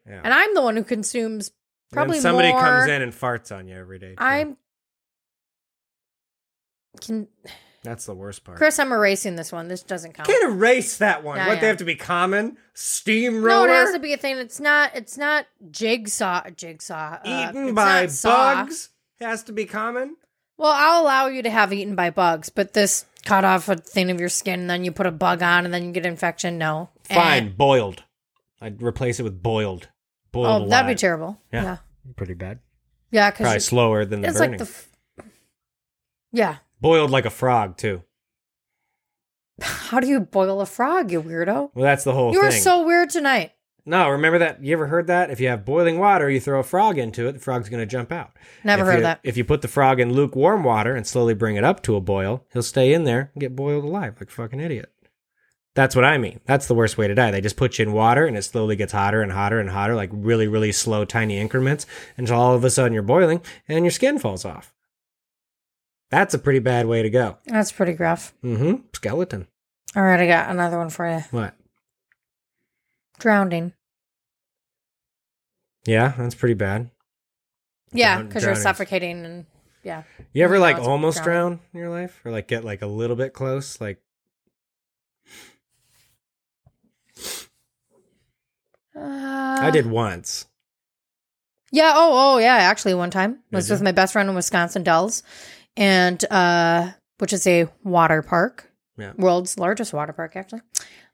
[SPEAKER 1] Yeah.
[SPEAKER 2] And I'm the one who consumes
[SPEAKER 1] And then
[SPEAKER 2] probably
[SPEAKER 1] somebody
[SPEAKER 2] more.
[SPEAKER 1] comes in and farts on you every day.
[SPEAKER 2] I'm can
[SPEAKER 1] That's the worst part.
[SPEAKER 2] Chris, I'm erasing this one. This doesn't count.
[SPEAKER 1] can't erase that one.
[SPEAKER 2] Yeah,
[SPEAKER 1] what
[SPEAKER 2] yeah.
[SPEAKER 1] they have to be common?
[SPEAKER 2] no,
[SPEAKER 1] Steamroller?
[SPEAKER 2] it has to be a thing. It's not. It's not jigsaw. Jigsaw. uh,
[SPEAKER 1] eaten
[SPEAKER 2] it's
[SPEAKER 1] by
[SPEAKER 2] not saw.
[SPEAKER 1] bugs has to be common.
[SPEAKER 2] Well, I'll allow you to have eaten by bugs, but this cut off a thing of your skin, and then you put a bug on, and then you get infection. No. Eh.
[SPEAKER 1] Fine, boiled. I'd replace it with boiled. Boiled.
[SPEAKER 2] Oh, that'd be
[SPEAKER 1] alive.
[SPEAKER 2] terrible.
[SPEAKER 1] Yeah.
[SPEAKER 2] Yeah.
[SPEAKER 1] pretty bad.
[SPEAKER 2] Yeah,
[SPEAKER 1] Probably
[SPEAKER 2] because
[SPEAKER 1] slower than the
[SPEAKER 2] it's like
[SPEAKER 1] burning.
[SPEAKER 2] the. F- yeah.
[SPEAKER 1] boiled like a frog too.
[SPEAKER 2] How do you boil a frog, you weirdo?
[SPEAKER 1] Well, that's the whole
[SPEAKER 2] you are
[SPEAKER 1] thing.
[SPEAKER 2] so weird tonight.
[SPEAKER 1] no, remember that? You ever heard that? If you have boiling water, you throw a frog into it, the frog's going to jump out.
[SPEAKER 2] Never
[SPEAKER 1] If
[SPEAKER 2] heard
[SPEAKER 1] you-
[SPEAKER 2] that.
[SPEAKER 1] If you put the frog in lukewarm water and slowly bring it up to a boil, he'll stay in there and get boiled alive like a fucking idiot. That's what I mean. That's the worst way to die. They just put you in water and it slowly gets hotter and hotter and hotter, like really, really slow, tiny increments until all of a sudden you're boiling and your skin falls off. That's a pretty bad way to go.
[SPEAKER 2] That's pretty rough.
[SPEAKER 1] Mm hmm. Skeleton.
[SPEAKER 2] All right, I got another one for you.
[SPEAKER 1] What?
[SPEAKER 2] Drowning.
[SPEAKER 1] Yeah, that's pretty bad.
[SPEAKER 2] Yeah,
[SPEAKER 1] Drown-
[SPEAKER 2] because you're
[SPEAKER 1] drowning's-
[SPEAKER 2] suffocating and yeah.
[SPEAKER 1] You ever
[SPEAKER 2] No,
[SPEAKER 1] like
[SPEAKER 2] it's
[SPEAKER 1] almost
[SPEAKER 2] drowning.
[SPEAKER 1] drown in your life or like get like a little bit close? Like, I
[SPEAKER 2] Uh,
[SPEAKER 1] did once.
[SPEAKER 2] Yeah. Oh, oh, yeah. Actually, one time
[SPEAKER 1] Did
[SPEAKER 2] was
[SPEAKER 1] you?
[SPEAKER 2] with my best friend in Wisconsin Dells, and uh, which is a water park
[SPEAKER 1] Yeah.
[SPEAKER 2] world's largest water park, actually.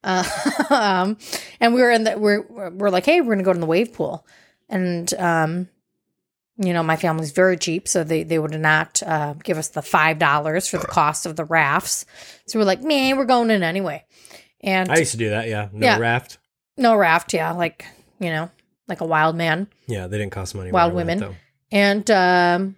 [SPEAKER 2] Uh, um, and we were in the we're we're like, hey, we're gonna go to the wave pool, and um, you know, my family's very cheap, so they they would not uh, give us the five dollars for the cost of the rafts. So we're like, man, we're going in anyway. And
[SPEAKER 1] I used to do that. Yeah, no
[SPEAKER 2] Yeah.
[SPEAKER 1] raft.
[SPEAKER 2] no raft, yeah, like you know, like a wild man.
[SPEAKER 1] Yeah, they didn't cost money. when
[SPEAKER 2] Wild
[SPEAKER 1] I went,
[SPEAKER 2] women.
[SPEAKER 1] though.
[SPEAKER 2] And um,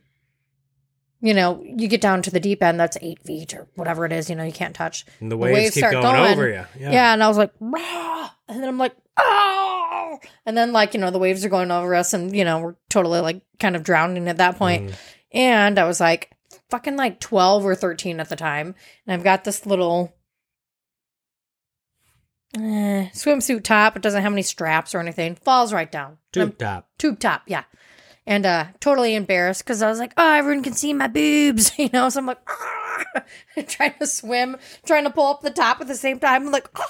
[SPEAKER 2] you know, you get down to the deep end, that's eight feet or whatever it is, you know, you can't touch.
[SPEAKER 1] And the waves keep going over you.
[SPEAKER 2] Yeah.
[SPEAKER 1] Yeah.
[SPEAKER 2] and I was like, "Rah!" and then I'm like, oh and then like, you know, the waves are going over us and you know, we're totally like kind of drowning at that
[SPEAKER 1] Mm.
[SPEAKER 2] point. And I was like fucking like twelve or thirteen at the time. And I've got this little eh, swimsuit top. It doesn't have any straps or anything. Falls right down.
[SPEAKER 1] Tube
[SPEAKER 2] Um,
[SPEAKER 1] top.
[SPEAKER 2] Tube top, yeah. And uh totally embarrassed because I was like, oh, everyone can see my boobs, you know. So I'm like trying to swim, trying to pull up the top at the same time. I'm like,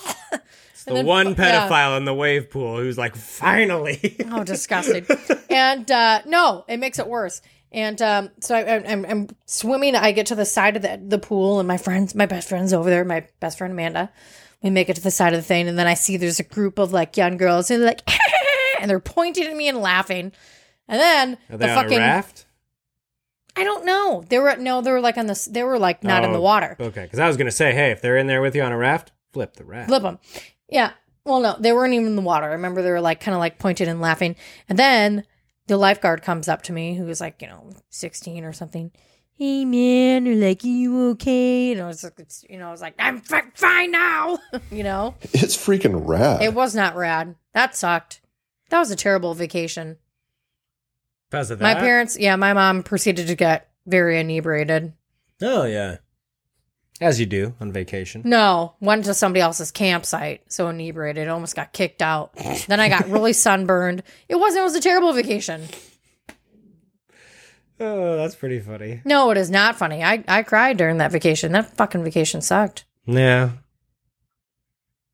[SPEAKER 1] The
[SPEAKER 2] then-
[SPEAKER 1] one
[SPEAKER 2] yeah.
[SPEAKER 1] pedophile in the wave pool who's like, finally.
[SPEAKER 2] oh, disgusting. and uh, no, it makes it worse. And um, so I, I'm- I'm, I'm swimming. I get to the side of the, the pool, and my friends, my best friend's over there, my best friend Amanda. We make it to the side of the thing, and then I see there's a group of like young girls, and they're like, and they're pointing at me and laughing. And then the
[SPEAKER 1] Are they on
[SPEAKER 2] fucking
[SPEAKER 1] a raft?
[SPEAKER 2] I don't know. They were no, they were like on this. They were like not in the
[SPEAKER 1] Oh,
[SPEAKER 2] water.
[SPEAKER 1] Okay, because I was gonna say, hey, if they're in there with you on a raft, flip the raft.
[SPEAKER 2] Flip them. Yeah. Well, no, they weren't even in the water. I remember they were like kind of like pointed and laughing. And then the lifeguard comes up to me, who was like, you know, 16 or something. Hey, man, or like, are you okay? And I was like, it's- you know, I was like, I'm fi- fine now, you know?
[SPEAKER 10] It's freaking rad.
[SPEAKER 2] It was not rad. That sucked. That was a terrible vacation.
[SPEAKER 1] Because of
[SPEAKER 2] My
[SPEAKER 1] that?
[SPEAKER 2] parents, yeah, my mom proceeded to get very inebriated.
[SPEAKER 1] Oh yeah. As you do on vacation.
[SPEAKER 2] No, went to somebody else's campsite, so inebriated, almost got kicked out. then I got really sunburned. It wasn't. It was a terrible vacation.
[SPEAKER 1] Oh, that's pretty funny.
[SPEAKER 2] No, it is not funny. I I cried during that vacation. That fucking vacation sucked.
[SPEAKER 1] Yeah.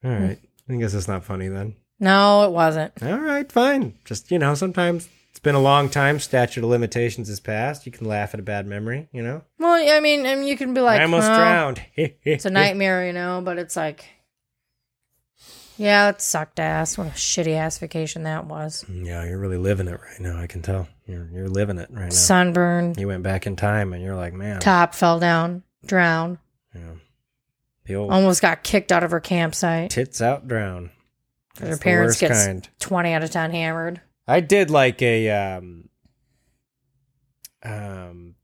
[SPEAKER 1] All right. I guess it's not funny then.
[SPEAKER 2] No, it wasn't.
[SPEAKER 1] All right, fine. Just you know, sometimes it's been a long time. Statute of limitations has passed. You can laugh at a bad memory. You know,
[SPEAKER 2] Well, I mean, I mean, you can be like,
[SPEAKER 1] I almost
[SPEAKER 2] "Well,
[SPEAKER 1] drowned.
[SPEAKER 2] It's a nightmare, you know, but it's like, yeah, it sucked ass. What a shitty ass vacation that was.
[SPEAKER 1] Yeah, you're really living it right now. I can tell. You're you're living it right now.
[SPEAKER 2] Sunburned.
[SPEAKER 1] You went back in time, and you're like, man,
[SPEAKER 2] Top fell down, drowned,
[SPEAKER 1] the old
[SPEAKER 2] almost got kicked out of her campsite.
[SPEAKER 1] tits out drown.
[SPEAKER 2] Her
[SPEAKER 1] That's the
[SPEAKER 2] parents
[SPEAKER 1] worst
[SPEAKER 2] get s-
[SPEAKER 1] kind.
[SPEAKER 2] twenty out of ten hammered.
[SPEAKER 1] I did like a um um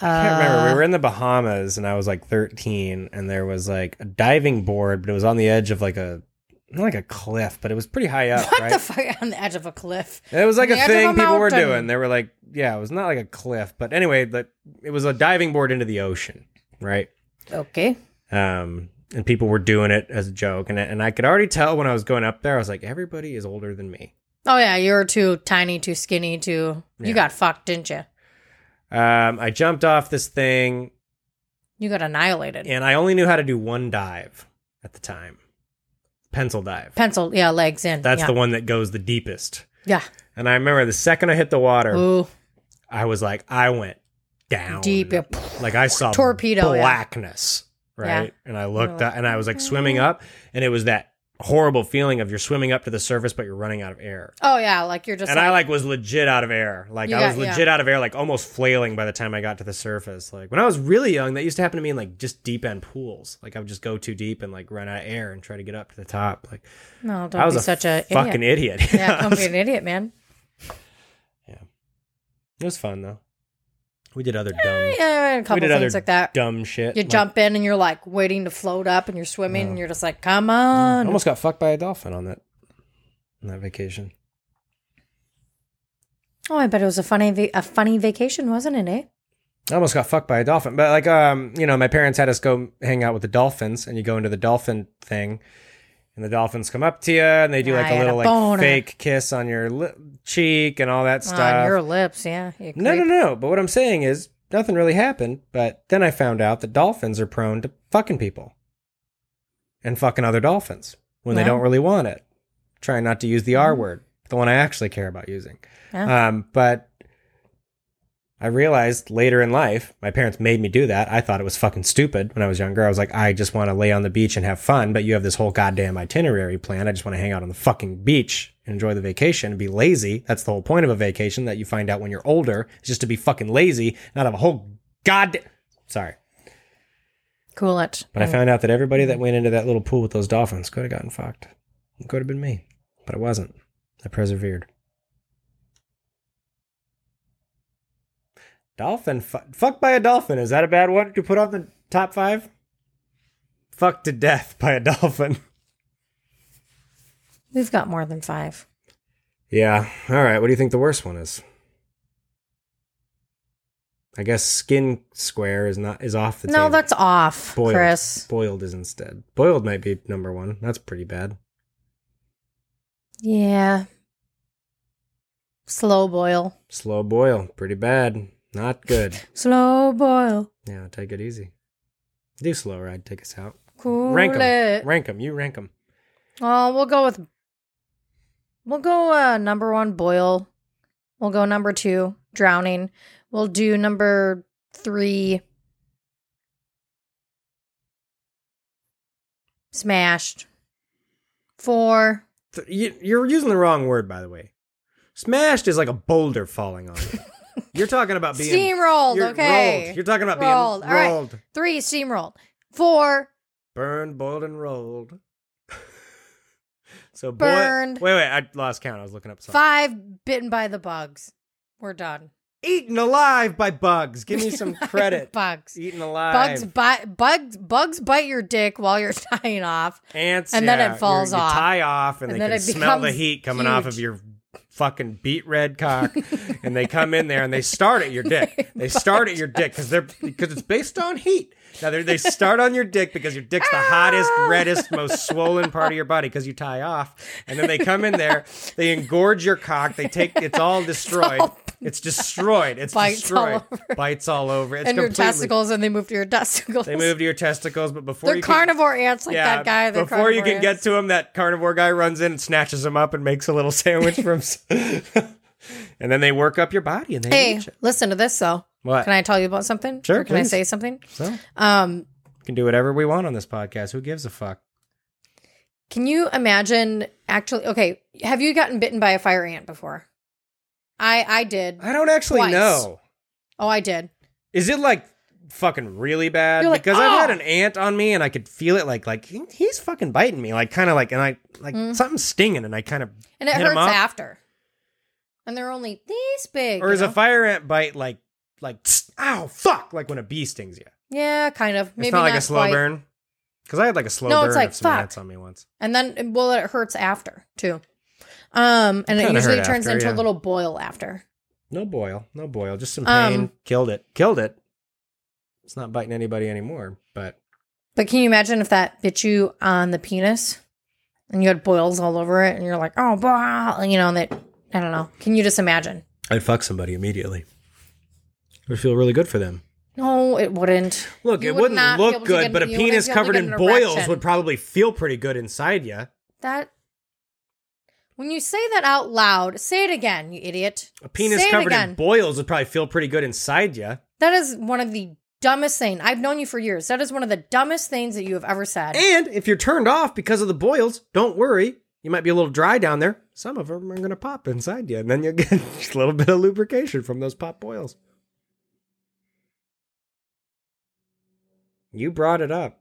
[SPEAKER 1] I can't remember.
[SPEAKER 2] Uh,
[SPEAKER 1] We were in the Bahamas and I was like 13 and there was like a diving board, but it was on the edge of like a not like a cliff, but it was pretty high up,
[SPEAKER 2] What
[SPEAKER 1] right?
[SPEAKER 2] the fuck? On the edge of a cliff.
[SPEAKER 1] it was like
[SPEAKER 2] On the
[SPEAKER 1] a
[SPEAKER 2] edge of
[SPEAKER 1] thing people were
[SPEAKER 2] mountain.
[SPEAKER 1] doing. They were like, yeah, it was not like a cliff, but anyway, the, it was a diving board into the ocean, right?
[SPEAKER 2] Okay.
[SPEAKER 1] um, and people were doing it as a joke, and I- and I could already tell when I was going up there, I was like, everybody is older than me.
[SPEAKER 2] Oh yeah, you were too tiny, too skinny, too. You got fucked, didn't you?
[SPEAKER 1] Um, I jumped off this thing,
[SPEAKER 2] You got annihilated.
[SPEAKER 1] and I only knew how to do one dive at the time, pencil dive.
[SPEAKER 2] Pencil, yeah, legs in.
[SPEAKER 1] That's
[SPEAKER 2] yeah.
[SPEAKER 1] the one that goes the deepest.
[SPEAKER 2] Yeah,
[SPEAKER 1] And I remember the second I hit the water,
[SPEAKER 2] Ooh.
[SPEAKER 1] I was like, I went down
[SPEAKER 2] deep. yeah.
[SPEAKER 1] like I saw
[SPEAKER 2] Torpedo, yeah.
[SPEAKER 1] blackness, right?
[SPEAKER 2] Yeah.
[SPEAKER 1] And I looked
[SPEAKER 2] Oh.
[SPEAKER 1] up, and I was like swimming up, and it was that horrible feeling of you're swimming up to the surface, but you're running out of air.
[SPEAKER 2] Oh yeah, like you're just.
[SPEAKER 1] and I like was legit out of air. Like
[SPEAKER 2] You
[SPEAKER 1] I was
[SPEAKER 2] got- yeah.
[SPEAKER 1] legit out of air, like almost flailing by the time I got to the surface. Like when I was really young, that used to happen to me in like just deep end pools. Like I would just go too deep and like run out of air and try to get up to the top. Like
[SPEAKER 2] no, don't
[SPEAKER 1] I was
[SPEAKER 2] be
[SPEAKER 1] a
[SPEAKER 2] such a
[SPEAKER 1] fucking
[SPEAKER 2] idiot.
[SPEAKER 1] idiot.
[SPEAKER 2] yeah,
[SPEAKER 1] I
[SPEAKER 2] don't
[SPEAKER 1] was-
[SPEAKER 2] be an idiot, man.
[SPEAKER 1] it was fun though. We did other dumb.
[SPEAKER 2] yeah, a couple
[SPEAKER 1] we did
[SPEAKER 2] things
[SPEAKER 1] other
[SPEAKER 2] like that.
[SPEAKER 1] Dumb shit.
[SPEAKER 2] You
[SPEAKER 1] Like,
[SPEAKER 2] jump in and you're like waiting to float up, and you're swimming, and you're just like, come on.
[SPEAKER 1] Almost got fucked by a dolphin on that on that vacation. Mm.
[SPEAKER 2] Oh, I bet it was a funny, va- a funny vacation, wasn't it? Eh?
[SPEAKER 1] I almost got fucked by a dolphin. But like um, you know, my parents had us go hang out with the dolphins and you go into the dolphin thing and the dolphins come up to you and they do
[SPEAKER 2] I
[SPEAKER 1] like a
[SPEAKER 2] had a
[SPEAKER 1] little like
[SPEAKER 2] boner.
[SPEAKER 1] fake kiss on your li- cheek and all that
[SPEAKER 2] On
[SPEAKER 1] stuff.
[SPEAKER 2] Ah, your lips, yeah. you
[SPEAKER 1] no, no,
[SPEAKER 2] creep.
[SPEAKER 1] no. But what I'm saying is nothing really happened, but then I found out that dolphins are prone to fucking people and fucking other dolphins when they
[SPEAKER 2] Well. Mm-hmm.
[SPEAKER 1] don't really want it. Trying not to Um, use the R word, the one I actually care about using.
[SPEAKER 2] Yeah.
[SPEAKER 1] Um, but I realized later in life, my parents made me do that. I thought it was fucking stupid when I was younger. I was like, I just want to lay on the beach and have fun, but you have this whole goddamn itinerary plan. I just want to hang out on the fucking beach and enjoy the vacation and be lazy. That's the whole point of a vacation that you find out when you're older, is just to be fucking lazy, not have a whole goddamn. Sorry.
[SPEAKER 2] Cool it.
[SPEAKER 1] But I found out that everybody that went into that little pool with those dolphins could have gotten fucked. It could have been me, but it wasn't. I persevered. Dolphin fu- fucked by a dolphin. Is that a bad one to put on the top five? Fucked to death by a dolphin.
[SPEAKER 2] We've got more than five.
[SPEAKER 1] Yeah. All right. What do you think the worst one is? I guess skin square is not is off the
[SPEAKER 2] No,
[SPEAKER 1] table.
[SPEAKER 2] that's off,
[SPEAKER 1] boiled.
[SPEAKER 2] Chris.
[SPEAKER 1] Boiled is instead. Boiled might be number one. That's pretty bad.
[SPEAKER 2] Yeah. Slow boil.
[SPEAKER 1] Slow boil, pretty bad. Not good.
[SPEAKER 2] Slow boil.
[SPEAKER 1] yeah, take it easy. Do slow ride. Take us out.
[SPEAKER 2] Cool
[SPEAKER 1] rank 'em.
[SPEAKER 2] it.
[SPEAKER 1] Rank 'em. You rank 'em.
[SPEAKER 2] Oh, we'll go with. We'll go uh, number one, boil. We'll go number two, drowning. We'll do number three, smashed. Four,
[SPEAKER 1] Th- you, you're using the wrong word, by the way. Smashed is like a boulder falling on you. you're talking about being
[SPEAKER 2] steamrolled.
[SPEAKER 1] you're
[SPEAKER 2] okay.
[SPEAKER 1] rolled. You're talking about
[SPEAKER 2] rolled.
[SPEAKER 1] being
[SPEAKER 2] All right.
[SPEAKER 1] rolled,
[SPEAKER 2] Three, steamrolled. Four,
[SPEAKER 1] burned, boiled, and rolled. so boil-
[SPEAKER 2] Burned.
[SPEAKER 1] wait, wait. I lost count. I was looking up something.
[SPEAKER 2] five, bitten by the bugs. We're done.
[SPEAKER 1] Eaten alive by bugs. Give me some credit.
[SPEAKER 2] bugs.
[SPEAKER 1] Eaten alive.
[SPEAKER 2] Bugs bite bugs bugs bite your dick while you're tying off.
[SPEAKER 1] Ants,
[SPEAKER 2] and then
[SPEAKER 1] yeah,
[SPEAKER 2] it falls
[SPEAKER 1] you, you
[SPEAKER 2] off.
[SPEAKER 1] Tie off, and,
[SPEAKER 2] And
[SPEAKER 1] they
[SPEAKER 2] then
[SPEAKER 1] can
[SPEAKER 2] it
[SPEAKER 1] smell the
[SPEAKER 2] becomes
[SPEAKER 1] heat coming off of your fucking beat red cock, and they come in there and they start at your dick. They start at your dick because they're because it's based on heat. Now they they start on your dick because your dick's the
[SPEAKER 2] Ah!
[SPEAKER 1] hottest, reddest, most swollen part of your body because you tie off, and then they come in there, they engorge your cock, they take it's all destroyed. It's destroyed. It's
[SPEAKER 2] Bites all
[SPEAKER 1] destroyed. Bites all over. It's
[SPEAKER 2] and your
[SPEAKER 1] completely-
[SPEAKER 2] testicles and they move to your testicles.
[SPEAKER 1] They move to your testicles, but before
[SPEAKER 2] They're
[SPEAKER 1] you can,
[SPEAKER 2] carnivore ants like that guy. They're
[SPEAKER 1] before you can
[SPEAKER 2] carnivore
[SPEAKER 1] get
[SPEAKER 2] ants.
[SPEAKER 1] to him, that carnivore guy runs in and snatches him up and makes a little sandwich for himself. and then they work up your body and they
[SPEAKER 2] Hey,
[SPEAKER 1] eat you.
[SPEAKER 2] listen to this though.
[SPEAKER 1] What?
[SPEAKER 2] Can I tell you about something?
[SPEAKER 1] Sure,
[SPEAKER 2] Or can I
[SPEAKER 1] please.
[SPEAKER 2] say something?
[SPEAKER 1] So
[SPEAKER 2] Um
[SPEAKER 1] we can do whatever we want on this podcast. Who gives a fuck?
[SPEAKER 2] can you imagine actually okay, have you gotten bitten by a fire ant before? I I did.
[SPEAKER 1] I don't actually
[SPEAKER 2] Twice.
[SPEAKER 1] know.
[SPEAKER 2] Oh, I did.
[SPEAKER 1] Is it like fucking really bad?
[SPEAKER 2] You're like,
[SPEAKER 1] because I've had
[SPEAKER 2] "Ah!"
[SPEAKER 1] an ant on me and I could feel it like like he- he's fucking biting me. Like kind of like and I like something's stinging and I kind of
[SPEAKER 2] Mm. And it
[SPEAKER 1] hit
[SPEAKER 2] hurts
[SPEAKER 1] him off.
[SPEAKER 2] after. And they're only these big.
[SPEAKER 1] Or
[SPEAKER 2] you
[SPEAKER 1] is a
[SPEAKER 2] know?
[SPEAKER 1] fire ant bite like like "Tsk, ow fuck like when a bee stings you?
[SPEAKER 2] Yeah, kind of. Maybe
[SPEAKER 1] it's not like a slow
[SPEAKER 2] quite.
[SPEAKER 1] burn. Because I had like a slow
[SPEAKER 2] No, it's
[SPEAKER 1] burn
[SPEAKER 2] like,
[SPEAKER 1] of some
[SPEAKER 2] fuck.
[SPEAKER 1] ants on me once.
[SPEAKER 2] And then well it hurts after too. Um and it,
[SPEAKER 1] Kinda
[SPEAKER 2] usually
[SPEAKER 1] hurt
[SPEAKER 2] turns
[SPEAKER 1] after,
[SPEAKER 2] into a
[SPEAKER 1] yeah.
[SPEAKER 2] little boil after.
[SPEAKER 1] No boil, no boil, just some
[SPEAKER 2] Um,
[SPEAKER 1] pain. Killed it, killed it. It's not biting anybody anymore, but
[SPEAKER 2] But can you imagine if that bit you on the penis and you had boils all over it and you're like, oh, blah, and, you know, and that, I don't know. Can you just imagine?
[SPEAKER 1] I'd fuck somebody immediately. It would feel really good for them.
[SPEAKER 2] No, it wouldn't.
[SPEAKER 1] Look,
[SPEAKER 2] You
[SPEAKER 1] it
[SPEAKER 2] would
[SPEAKER 1] wouldn't
[SPEAKER 2] not be able
[SPEAKER 1] look
[SPEAKER 2] to
[SPEAKER 1] good,
[SPEAKER 2] get-
[SPEAKER 1] but a
[SPEAKER 2] you wouldn't
[SPEAKER 1] penis
[SPEAKER 2] be able to
[SPEAKER 1] covered
[SPEAKER 2] get
[SPEAKER 1] in
[SPEAKER 2] an
[SPEAKER 1] boils
[SPEAKER 2] erection.
[SPEAKER 1] would probably feel pretty good inside you.
[SPEAKER 2] That, when you say that out loud, say it again, you idiot.
[SPEAKER 1] A penis
[SPEAKER 2] say it
[SPEAKER 1] covered
[SPEAKER 2] again.
[SPEAKER 1] in boils would probably feel pretty good inside you.
[SPEAKER 2] that is one of the dumbest things. I've known you for years. That is one of the dumbest things that you have ever said.
[SPEAKER 1] And if you're turned off because of the boils, don't worry. You might be a little dry down there. Some of them are going to pop inside you, and then you'll get just a little bit of lubrication from those pop boils. You brought it up.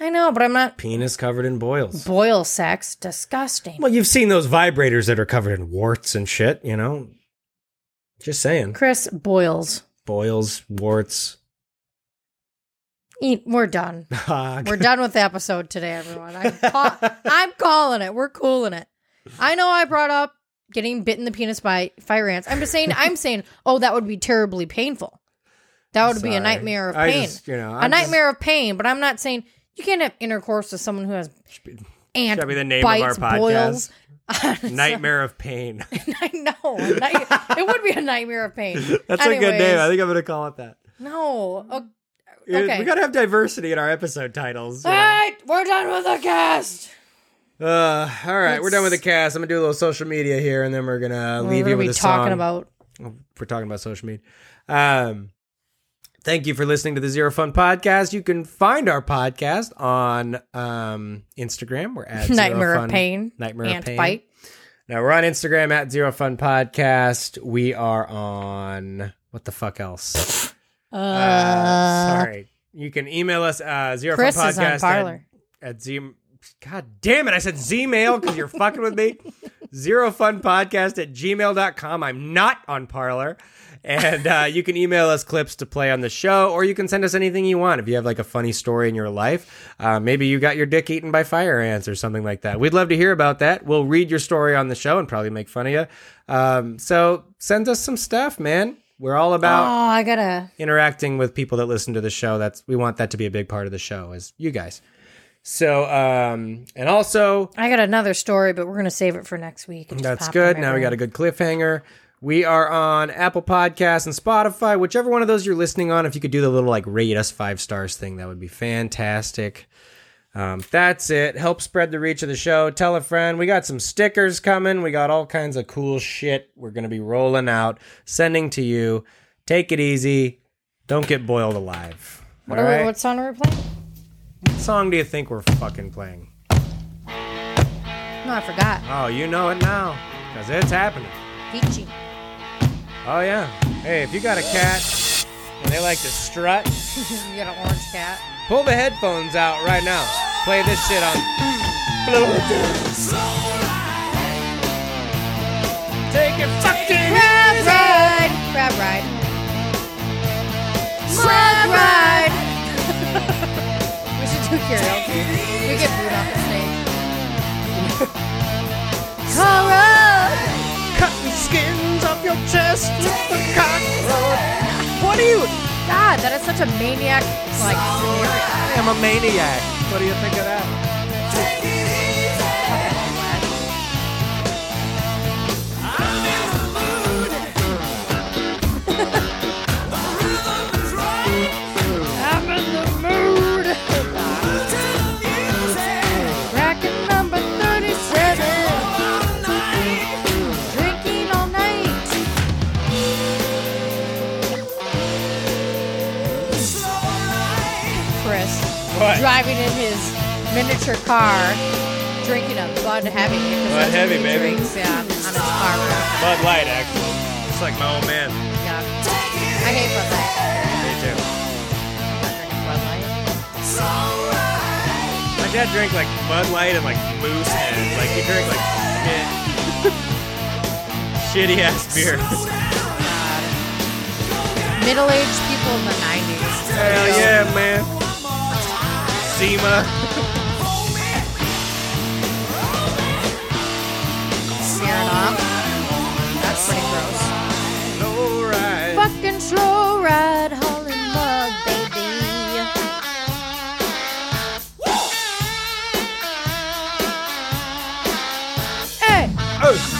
[SPEAKER 2] I know, but I'm not.
[SPEAKER 1] Penis covered in boils.
[SPEAKER 2] Boil sex, disgusting.
[SPEAKER 1] Well, you've seen those vibrators that are covered in warts and shit, you know? Just saying.
[SPEAKER 2] Chris, boils.
[SPEAKER 1] Boils, warts.
[SPEAKER 2] Eat. E, We're done.
[SPEAKER 1] Ah,
[SPEAKER 2] We're done with the episode today, everyone. I'm, ca- I'm calling it. We're cooling it. I know I brought up getting bitten the penis by fire ants. I'm just saying. I'm saying. Oh, that would be terribly painful. That would be a
[SPEAKER 1] Sorry.
[SPEAKER 2] nightmare of
[SPEAKER 1] I
[SPEAKER 2] pain.
[SPEAKER 1] just, you know,
[SPEAKER 2] a
[SPEAKER 1] I'm just-
[SPEAKER 2] nightmare of pain. But I'm not saying you can't have intercourse with someone who has ant
[SPEAKER 1] Should be the name of our
[SPEAKER 2] bites,
[SPEAKER 1] podcast.
[SPEAKER 2] boils.
[SPEAKER 1] Nightmare of Pain.
[SPEAKER 2] I know. A night- it would be a nightmare of pain.
[SPEAKER 1] That's a good name.
[SPEAKER 2] Anyways,
[SPEAKER 1] I think I'm going to call it that.
[SPEAKER 2] No. O-
[SPEAKER 1] It-
[SPEAKER 2] Okay.
[SPEAKER 1] We got to have diversity in our episode titles. you
[SPEAKER 2] All
[SPEAKER 1] know?
[SPEAKER 2] right, we're done with the cast.
[SPEAKER 1] Uh, all right, we're done with the
[SPEAKER 2] Let's-
[SPEAKER 1] cast. I'm gonna do a little social media here, and then we're gonna
[SPEAKER 2] We're
[SPEAKER 1] leave
[SPEAKER 2] gonna
[SPEAKER 1] you with
[SPEAKER 2] be
[SPEAKER 1] a
[SPEAKER 2] talking
[SPEAKER 1] song.
[SPEAKER 2] about
[SPEAKER 1] We're talking about social media. Um, thank you for listening to the Zero Fun Podcast. You can find our podcast on um, Instagram. We're at Zero
[SPEAKER 2] Nightmare of
[SPEAKER 1] Fun-
[SPEAKER 2] Pain
[SPEAKER 1] Nightmare of
[SPEAKER 2] and
[SPEAKER 1] Pain.
[SPEAKER 2] Bite.
[SPEAKER 1] Now we're on Instagram at Zero Fun Podcast. We are on what the fuck else? Uh,
[SPEAKER 2] Uh,
[SPEAKER 1] sorry. You can email us uh, Zero
[SPEAKER 2] Chris
[SPEAKER 1] Fun
[SPEAKER 2] is on
[SPEAKER 1] Podcast
[SPEAKER 2] Parler.
[SPEAKER 1] at, at Z. God damn it! I said Zmail because you're fucking with me. Zero Fun Podcast at gmail.com. I'm not on Parlor. And uh, you can email us clips to play on the show, or you can send us anything you want. If you have like a funny story in your life, uh, maybe you got your dick eaten by fire ants or something like that. We'd love to hear about that. We'll read your story on the show and probably make fun of you. Um, so send us some stuff, man. We're all about
[SPEAKER 2] oh, I gotta.
[SPEAKER 1] interacting with people that listen to the show that's we want that to be a big part of the show is you guys so um and also
[SPEAKER 2] I got another story, but we're gonna save it for next week. It just
[SPEAKER 1] that's
[SPEAKER 2] popped in
[SPEAKER 1] good
[SPEAKER 2] my
[SPEAKER 1] now we
[SPEAKER 2] brain.
[SPEAKER 1] got a good cliffhanger we are on apple podcasts and spotify whichever one of those you're listening on if you could do the little like rate us five stars thing that would be fantastic um, that's it help spread the reach of the show tell a friend we got some stickers coming we got all kinds of cool shit we're gonna be rolling out sending to you take it easy don't get boiled alive
[SPEAKER 2] What,
[SPEAKER 1] All
[SPEAKER 2] are we-
[SPEAKER 1] right?
[SPEAKER 2] Oh, what song are we playing?
[SPEAKER 1] What song do you think we're fucking playing?
[SPEAKER 2] No, I forgot.
[SPEAKER 1] Oh, you know it now, because it's happening.
[SPEAKER 2] Peachy.
[SPEAKER 1] Oh, yeah. Hey, if you got a cat and they like to strut,
[SPEAKER 2] you got an orange cat.
[SPEAKER 1] pull the headphones out right now. Play this shit on Bluetooth. Take it fucking
[SPEAKER 2] Crab ride. Crab ride. Crab ride. we should do karaoke. We get booed off the stage. Coral.
[SPEAKER 1] Cut the skins off your chest with the cockroach. What are you?
[SPEAKER 2] God, that is such a maniac like scenario.
[SPEAKER 1] I am a maniac. What do you think of that?
[SPEAKER 2] I'm in the mood. Racking number 37. Drinking all night. Chris
[SPEAKER 1] What?
[SPEAKER 2] driving in his miniature car, drinking a Bud Heavy. because
[SPEAKER 1] Bud
[SPEAKER 2] that's what
[SPEAKER 1] Heavy,
[SPEAKER 2] he
[SPEAKER 1] baby.
[SPEAKER 2] Drinks, yeah, on his car ride.
[SPEAKER 1] Bud Light, actually. It's like my old man.
[SPEAKER 2] Yeah. I hate Bud Light.
[SPEAKER 1] Me too.
[SPEAKER 2] I'm not drinking Bud Light.
[SPEAKER 1] My dad drank like Bud Light and like Moose Head. Like he drank like shit, shitty ass beer.
[SPEAKER 2] Middle-aged people in the 90s.
[SPEAKER 1] Hell
[SPEAKER 2] So-
[SPEAKER 1] yeah, man. Zima.
[SPEAKER 2] Smirnoff. That's pretty gross.
[SPEAKER 1] Alright.
[SPEAKER 2] Fucking slow ride, hauling mug, baby. Hey!
[SPEAKER 1] Oh.